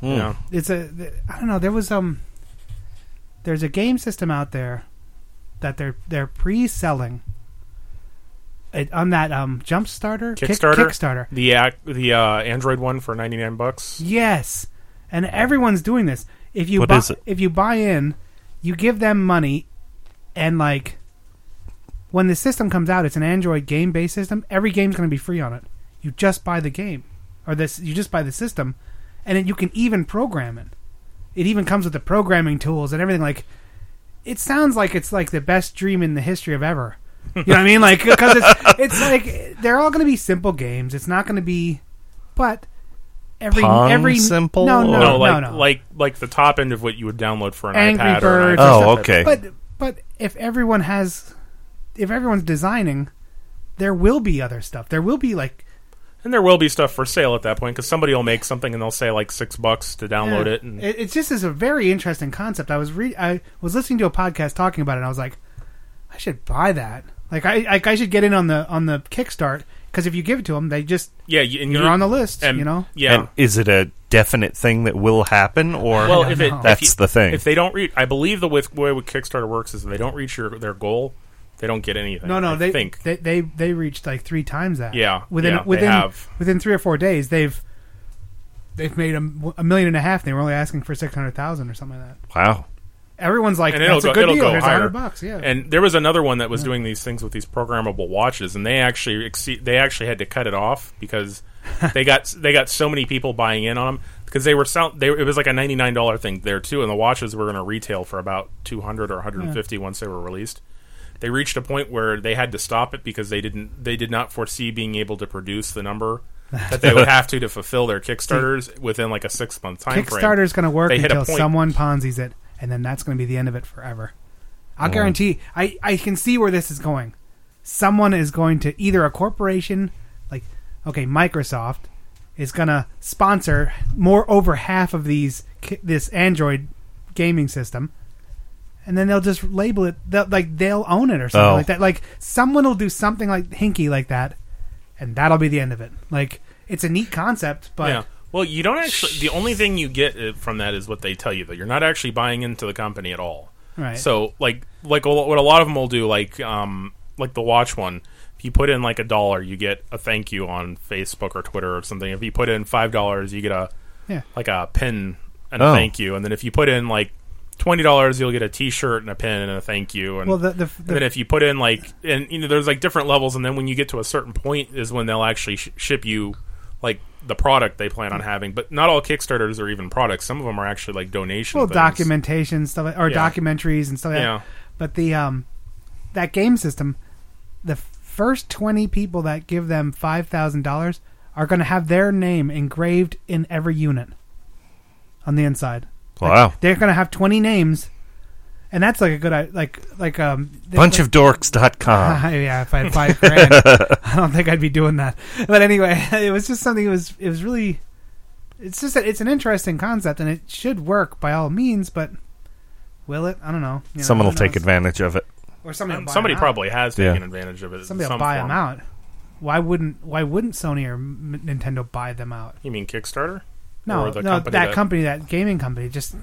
S10: Hmm.
S11: You know?
S12: It's a th- I don't know. There was um, there's a game system out there that they're they're pre-selling. It, on that um Jumpstarter Kick-
S11: Kickstarter,
S12: Kickstarter.
S11: the ac- the uh, Android one for ninety nine bucks.
S12: Yes, and everyone's doing this. If you
S11: What
S12: buy,
S11: is it?
S12: if you buy in, you give them money, and like when the system comes out, it's an Android game based system. Every game's going to be free on it. You just buy the game, or this you just buy the system, and then you can even program it. It even comes with the programming tools and everything. Like, it sounds like it's like the best dream in the history of ever. You know what I mean? Like, because it's it's like they're all going to be simple games. It's not going to be, but every
S10: Pong
S12: every
S10: simple
S12: No, no,
S10: or-
S12: no,
S11: like
S12: no.
S11: like like the top end of what you would download for an
S12: Angry
S11: iPad or an
S12: Birds.
S11: iPhone.
S12: or
S10: Oh,
S12: stuff.
S10: okay.
S12: But but if everyone has, if everyone's designing, there will be other stuff. There will be like
S11: and there will be stuff for sale at that point because somebody will make something and they'll say like six bucks to download
S12: Yeah.
S11: it. And
S12: it, it's just is a very interesting concept. I was re- I was listening to a podcast talking about it. and I was like, I should buy that. Like I like I should get in on the on the Kickstart because if you give it to them, they just
S11: yeah, you- and
S12: you're
S11: you-
S12: on the list.
S11: and-
S12: you know,
S11: yeah.
S10: And is it a definite thing that will happen, or
S11: well, if it if
S10: that's
S11: you-
S10: the thing?
S11: If they don't reach, I believe the with, way with Kickstarter works is if they don't reach your their goal, they don't get anything.
S12: no, no,
S11: I
S12: they,
S11: think
S12: they they they reached like three times that.
S11: Yeah,
S12: within
S11: yeah, they
S12: within
S11: have.
S12: within three or four days, they've they've made a, m- a million and a half. And they were only asking for six hundred thousand or something like that.
S10: wow.
S12: Everyone's like,
S11: and it'll
S12: that's
S11: go,
S12: a good
S11: it'll
S12: deal.
S11: go
S12: Here's a
S11: higher.
S12: hundred bucks. Yeah,
S11: And there was another one that was doing these things with these programmable watches, and they actually exceed, they actually had to cut it off because they got they got so many people buying in on them because they were sound they it was like a ninety nine dollar thing there too, and the watches were going to retail for about two hundred or one hundred and fifty once they were released. They reached a point where they had to stop it because they didn't they did not foresee being able to produce the number that they would have to to fulfill their Kickstarters within like a six month time frame.
S12: Kickstarter's going to work
S11: They hit a
S12: until
S11: point-
S12: someone Ponzi's it, and then that's going to be the end of it forever. I'll
S11: Mm.
S12: guarantee. I I can see where this is going. Someone is going to either a corporation like okay, Microsoft is going to sponsor more over half of these ki- this Android gaming system. And then they'll just label it they'll, like they'll own it or something
S10: Oh.
S12: like that. Like someone will do something like hinky like that, and that'll be the end of it. Like it's a neat concept, but
S11: yeah. Well, you don't actually. The only thing you get uh, from that is what they tell you. That you're not actually buying into the company at all.
S12: Right.
S11: So, like, like a lo- what a lot of them will do, like, um, like the watch one. If you put in like a dollar, you get a thank you on Facebook or Twitter or something. If you put in five dollars, you get a
S12: Yeah.
S11: like a pin and
S10: Oh.
S11: a thank you. And then if you put in like twenty dollars, you'll get a T-shirt and a pin and a thank you. And
S12: Well, the- the-
S11: and then if you put in like and you know there's like different levels, and then when you get to a certain point is when they'll actually sh- ship you like the product they plan on having. But not all Kickstarters are even products. Some of them are actually like donation.
S12: well
S11: things.
S12: documentation stuff like- or
S11: Yeah.
S12: documentaries and stuff like
S11: Yeah.
S12: that. but the um that game system the first 20 people that give them $5000 are going to have their name engraved in every unit on the inside Like,
S10: Wow.
S12: they're going to have 20 names and that's like a good i- like like um they-
S10: Bunchofdorks.com.
S12: yeah, if I had five grand, I don't think I'd be doing that. But anyway, it was just something. It was it was really. It's just that it's an interesting concept, and it should work by all means. But will it? I don't know. You know,
S10: Someone will
S12: who
S10: take
S12: knows?
S10: advantage of it.
S12: Or somebody.
S11: Um,
S12: will buy
S11: somebody
S12: 'em out.
S11: probably has taken
S10: Yeah.
S11: advantage of it. in
S12: Somebody will
S11: some
S12: buy
S11: form.
S12: them out. Why wouldn't Why wouldn't Sony or M- Nintendo buy them out?
S11: You mean Kickstarter?
S12: No,
S11: Or the
S12: no,
S11: company
S12: that,
S11: that-
S12: company, that gaming company, just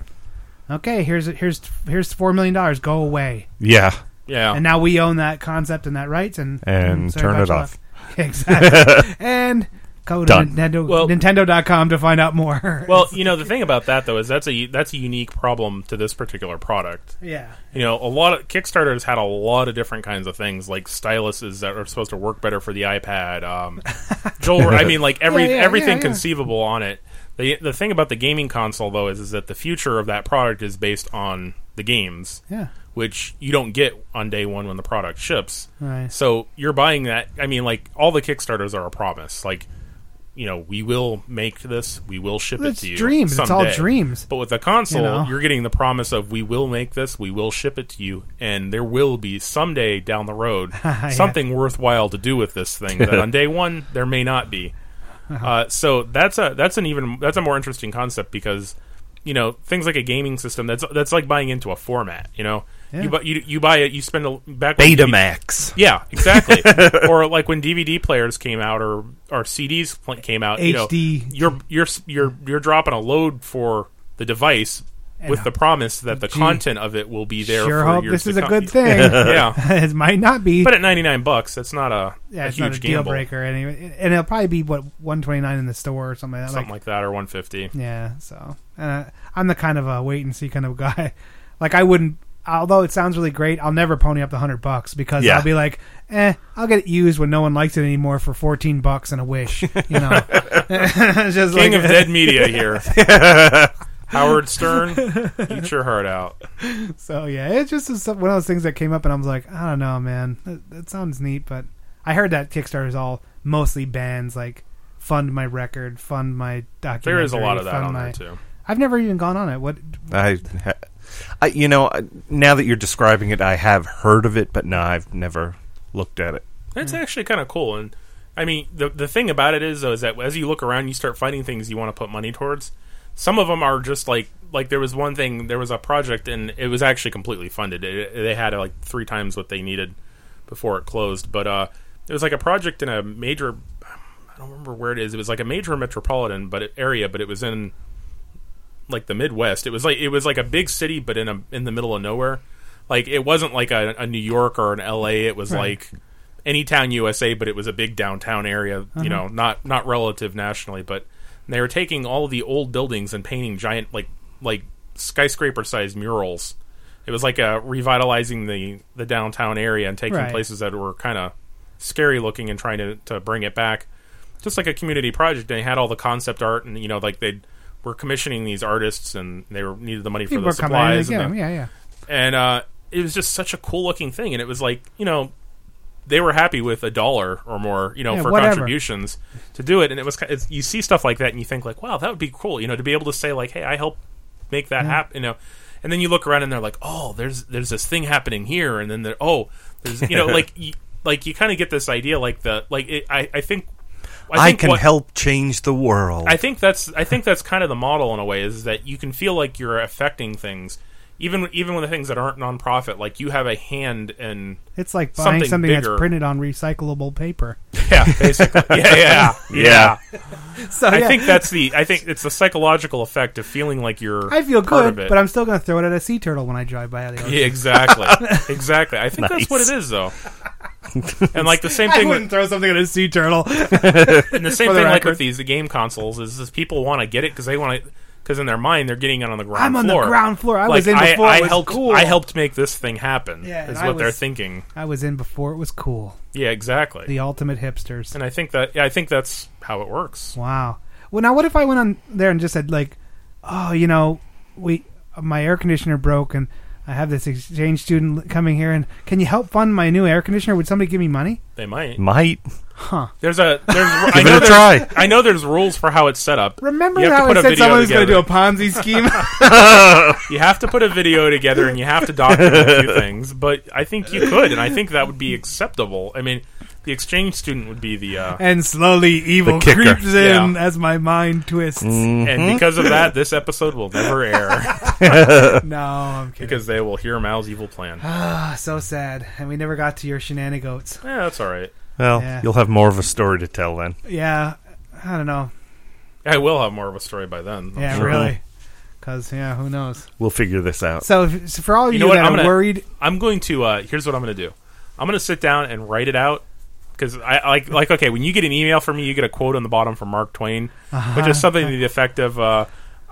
S12: okay. Here's here's here's four million dollars. Go away.
S10: Yeah.
S11: Yeah.
S12: And now we own that concept and that rights and
S10: Oh. And
S12: sorry
S10: turn
S12: about
S10: it
S12: your
S10: off.
S12: luck. exactly. and go to
S10: Done.
S12: Nintendo
S11: Well-
S12: Nintendo.com to find out more.
S11: Well, you know the thing about that though is that's a that's a unique problem to this particular product.
S12: Yeah.
S11: You know, a lot of Kickstarter's had a lot of different kinds of things, like styluses that are supposed to work better for the iPad. Um, Joel, I mean, like every
S10: Yeah, yeah,
S11: everything
S10: yeah, yeah.
S11: conceivable on it. The the thing about the gaming console though is is that the future of that product is based on the games.
S12: Yeah.
S11: Which you don't get on day one when the product ships.
S12: Right.
S11: So you're buying that. I mean, like all the Kickstarters are a promise. Like, you know, we will make this. We will ship
S12: It's
S11: it to you.
S12: dreams. It's all
S11: someday.
S12: dreams.
S11: But with the console,
S12: You know?
S11: you're getting the promise of we will make this. We will ship it to you, and there will be someday down the road
S12: Yeah.
S11: something worthwhile to do with this thing that on day one there may not be.
S12: Uh-huh.
S11: Uh, so that's a that's an even that's a more interesting concept because you know things like a gaming system that's that's like buying into a format. You know,
S10: Yeah.
S11: you buy you, you buy it, you spend a back when
S10: Betamax.
S11: DVD yeah, exactly. or like when DVD players came out or or CDs pl- came out. You know,
S12: HD.
S11: you're you're s- you're you're dropping a load for the device. With the promise that the
S12: Gee.
S11: content of it will be there.
S12: sure
S11: for
S12: hope
S11: years
S12: this
S11: to
S12: is a
S11: come.
S12: good thing.
S11: yeah,
S12: it might not be.
S11: but at ninety nine bucks, that's not a,
S12: yeah,
S11: a
S12: it's
S11: huge
S12: not a deal
S11: gamble.
S12: breaker anyway, and it'll probably be what one twenty nine in the store or something. Like that.
S11: something like that, or one fifty.
S12: Yeah, so uh, I'm the kind of a wait and see kind of guy. Like I wouldn't although it sounds really great, I'll never pony up the hundred bucks because
S10: Yeah.
S12: I'll be like, eh, I'll get it used when no one likes it anymore for fourteen bucks and a wish. You know, Just
S11: King
S12: like-
S11: of Dead Media here. Howard Stern, eat your heart out.
S12: So yeah, it's just is some- one of those things that came up, and I was like, I don't know, man. That, that sounds neat, but I heard that Kickstarter is all mostly bands, like fund my record, fund my documentary.
S11: There is a lot of that
S12: fund
S11: on there,
S12: my-
S11: too.
S12: I've never even gone on it. What?
S10: I, ha- I, you know, I- now that you're describing it, I have heard of it, but no, I've never looked at it.
S11: That's actually kind of cool. And I mean, the the thing about it is though is that as you look around, you start finding things you want to put money towards. Some of them are just like like there was one thing, there was a project, and it was actually completely funded. It, they had like three times what they needed before it closed. But uh, it was like a project in a major. I don't remember where it is. It was like a major metropolitan, but it, area, but it was in like the Midwest. It was like it was like a big city, but in a in the middle of nowhere. Like it wasn't like a, a New York or an L.A. It was
S13: Right.
S11: like Anytown USA, but it was a big downtown area.
S13: Uh-huh.
S11: You know, not not relative nationally, but they were taking all of the old buildings and painting giant like like skyscraper sized murals. It was like uh, revitalizing the the downtown area and taking
S13: Right.
S11: places that were kind of scary looking and trying to to bring it back just like a community project and they had all the concept art and you know like they were commissioning these artists and they were needed the money for
S12: People
S11: the
S12: are coming in and
S11: supplies
S12: they get
S11: and, the-
S12: 'em, yeah,
S11: and uh it was just such a cool looking thing and it was like you know they were happy with a dollar or more you know
S12: Yeah,
S11: for
S12: whatever.
S11: contributions to do it and it was ki- it's, you see stuff like that and you think like wow that would be cool you know to be able to say like hey i helped make that
S13: Yeah.
S11: happen you know and then you look around and they're like oh there's there's this thing happening here and then there oh there's you know like you, like you kind of get this idea like the like it, i i think
S10: I,
S11: think
S10: can
S11: what-
S10: help change the world.
S11: I think that's I think that's kind of the model in a way is that you can feel like you're affecting things, even even with the things that aren't nonprofit. Like you have a hand in.
S12: It's like buying something,
S11: bigger.
S12: that's printed on recyclable paper.
S11: Yeah, basically. Yeah, yeah, yeah.
S12: So,
S11: I
S12: yeah.
S11: think that's the. I think it's the psychological effect of feeling like you're.
S12: I feel
S11: part
S12: good,
S11: of it.
S12: but I'm still going to throw it at a sea turtle when I drive by. The ocean.
S11: Yeah, exactly, exactly. I think that's what it is, though. And like the same
S12: I
S11: thing. with-
S12: wouldn't throw something at a sea turtle.
S11: and the same
S12: For
S11: thing, like
S12: record.
S11: with these the game consoles, is, is people want to get it because they want to, because in their mind they're getting it on the ground.
S12: I'm on the
S11: floor.
S12: ground floor. I
S11: Like,
S12: was in before
S11: I,
S12: it was
S11: helped.
S12: cool.
S11: I helped make this thing happen.
S12: Yeah, and
S11: is
S12: I
S11: what they're
S12: was-
S11: thinking.
S12: I was in before it was cool.
S11: Yeah, exactly.
S12: The ultimate hipsters.
S11: and I think that yeah, I think that's how it works.
S12: Wow. Well, now what if I went on there and just said like, oh, you know, we my air conditioner broke and I have this exchange student l- coming here and can you help fund my new air conditioner? Would somebody give me money?
S11: They might.
S10: Might.
S12: Huh.
S11: There's a there's
S12: Give
S11: I
S12: it
S11: know
S12: a
S11: there's, I know there's rules for how it's set up.
S12: Remember
S11: You have to
S12: how
S11: put
S12: I
S11: a
S12: said
S11: video
S12: someone was going to do
S11: together.
S12: a Ponzi scheme?
S11: you have to put a video together and you have to document a few things. But I think you could, and I think that would be acceptable. I mean, the exchange student would be the uh,
S12: and slowly evil
S11: The kicker. Mm.
S12: creeps in
S11: Yeah.
S12: as my mind twists.
S11: and because of that, this episode will never air.
S12: No, I'm kidding.
S11: because they will hear Mal's evil plan.
S12: Ah, so sad. And we never got to your shenanigans.
S11: Yeah, that's all right.
S10: Well,
S12: Yeah.
S10: you'll have more of a story to tell then.
S12: Yeah, I don't know.
S11: I will have more of a story by then. I'm
S12: Yeah,
S11: sure.
S12: really. Because, yeah, who knows?
S10: Mm-hmm. We'll figure this out.
S12: So, if- so for all of you,
S11: know what?
S12: that
S11: I'm
S12: are
S11: gonna,
S12: worried,
S11: I'm going to. Uh, here's what I'm going to do. I'm going to sit down and write it out because I I like like okay. When you get an email from me, you get a quote on the bottom from Mark Twain, which
S13: Uh-huh.
S11: is something to the effect of uh,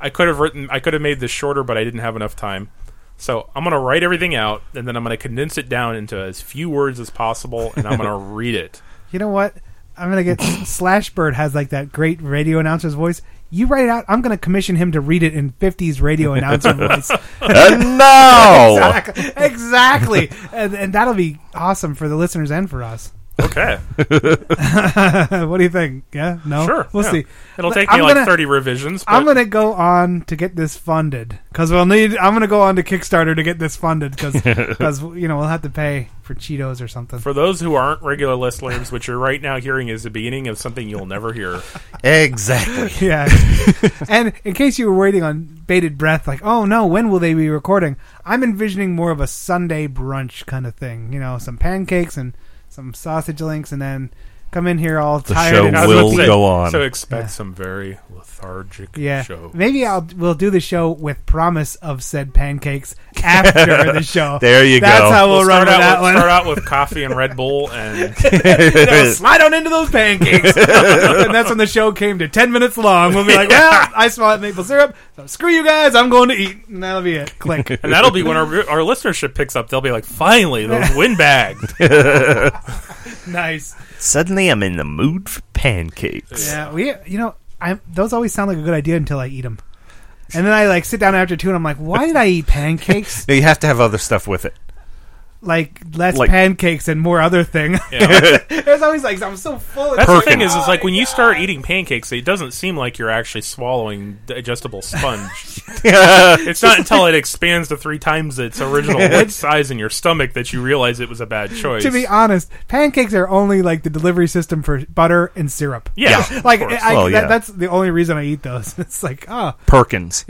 S11: I could have written, I could have made this shorter, but I didn't have enough time. So I'm going to write everything out, and then I'm going to condense it down into as few words as possible, and I'm going to read it.
S12: you know what? I'm going to get Slashbird has like that great radio announcer's voice. You write it out. I'm going to commission him to read it in 50s radio announcer voice.
S10: And
S11: Oh.
S10: now-
S12: exactly, exactly. and, and that'll be awesome for the listeners and for us.
S11: Okay.
S12: what do you think? Yeah, no,
S11: Sure,
S12: We'll
S11: yeah.
S12: see.
S11: It'll
S12: But
S11: take me like 30 revisions,
S12: I'm
S11: but-
S12: gonna go on to get this funded because we'll need. I'm gonna go on to Kickstarter to get this funded because you know we'll have to pay for Cheetos or something.
S11: For those who aren't regular listeners, what you're right now hearing is the beginning of something you'll never hear.
S10: Exactly.
S12: yeah. and in case you were waiting on bated breath, like, oh no, when will they be recording? I'm envisioning more of a Sunday brunch kind of thing. You know, some pancakes and some sausage links, and then Come in here all
S10: The
S12: tired.
S10: show
S12: and
S10: I was about will to say, go on.
S11: So expect some very lethargic
S12: Yeah,
S11: show.
S12: maybe I'll we'll do the show with promise of said pancakes after the show.
S10: There you
S12: That's
S10: go.
S12: how we'll, run
S11: start
S12: with
S11: out
S12: that
S11: with,
S12: one.
S11: Start out with coffee and Red Bull, and
S12: Now slide on into those pancakes, and that's when the show came to ten minutes long. We'll be like, "Well, I smell it maple syrup, so screw you guys, I'm going to eat," and that'll be it. Click,
S11: and that'll be when our our listenership picks up. They'll be like, finally, those win bagged.
S12: nice.
S10: Suddenly, I'm in the mood for pancakes.
S12: Yeah, we. You know, I those always sound like a good idea until I eat them, and then I like sit down after two, and I'm like, "Why did I eat pancakes?"
S10: No, you have to have other stuff with it.
S12: Like less
S10: Like-
S12: pancakes and more other thing.
S11: Yeah.
S12: There's always like I'm so full.
S11: That's the thing is, is like when you start eating pancakes, it doesn't seem like you're actually swallowing digestible sponge. it's not until it expands to three times its original weight size in your stomach that you realize it was a bad choice.
S12: to be honest, pancakes are only like the delivery system for butter and syrup.
S11: Yeah, Yeah, of
S12: like
S11: course.
S12: I,
S10: Well,
S12: that,
S10: yeah.
S12: that's the only reason I eat those. It's like oh,
S10: Perkins.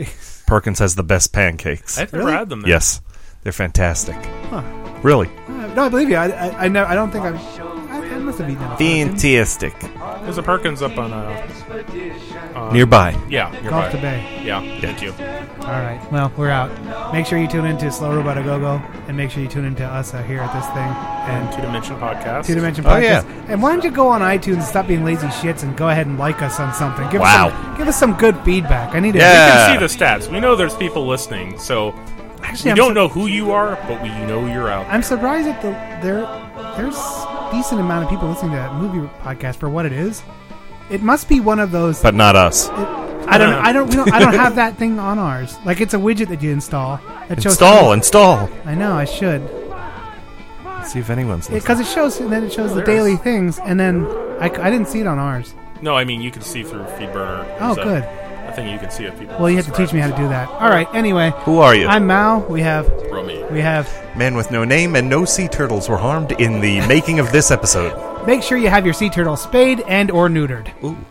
S10: Perkins has the best pancakes.
S12: I've never Really? had them there.
S10: Yes, they're fantastic.
S12: Huh.
S10: Really
S12: Uh, no, I believe you. I I, I, never, I don't think I've, I I must have eaten them.
S10: fantastic.
S11: There's a Perkins up on uh, um,
S10: Nearby.
S11: Yeah, nearby.
S12: Golf to Bay.
S11: Yeah, thank you.
S12: All right. Well, we're out. Make sure you tune into Slow Robot A Go Go, and make sure you tune into us out here at this thing and
S11: Two Dimension Podcast.
S12: Two Dimension Podcast.
S11: Oh, yeah.
S12: And why don't you go on iTunes and stop being lazy shits and go ahead and like us on something? Give
S10: Wow.
S12: Us some, give us some good feedback. I need to.
S11: We can see the stats. We know there's people listening, so
S12: Actually,
S11: we
S12: I'm
S11: don't
S12: sur-
S11: know who you are, but we know you're out.
S12: I'm surprised that the, there there's decent amount of people listening to that movie podcast for what it is. It must be one of those.
S10: But not us.
S12: I don't. know. I don't. We don't I don't have that thing on ours. Like it's a widget that you install. That shows-
S10: Install, install.
S12: I know. I should.
S10: See if anyone's listening.
S12: because it shows and then it shows
S11: Oh,
S12: the
S11: there it
S12: daily things and then I, I didn't see it on ours
S11: No, I mean you can see through Feedburner.
S12: Oh,
S11: There's a-
S12: good.
S11: I think you can see if people.
S12: well you have to teach me how to do that all right anyway
S10: Who are you?
S12: i'm mao we have
S11: Romy.
S12: we have
S10: Man with no name and no sea turtles were harmed in the making of this episode.
S12: make sure you have your sea turtle spayed and or neutered Ooh.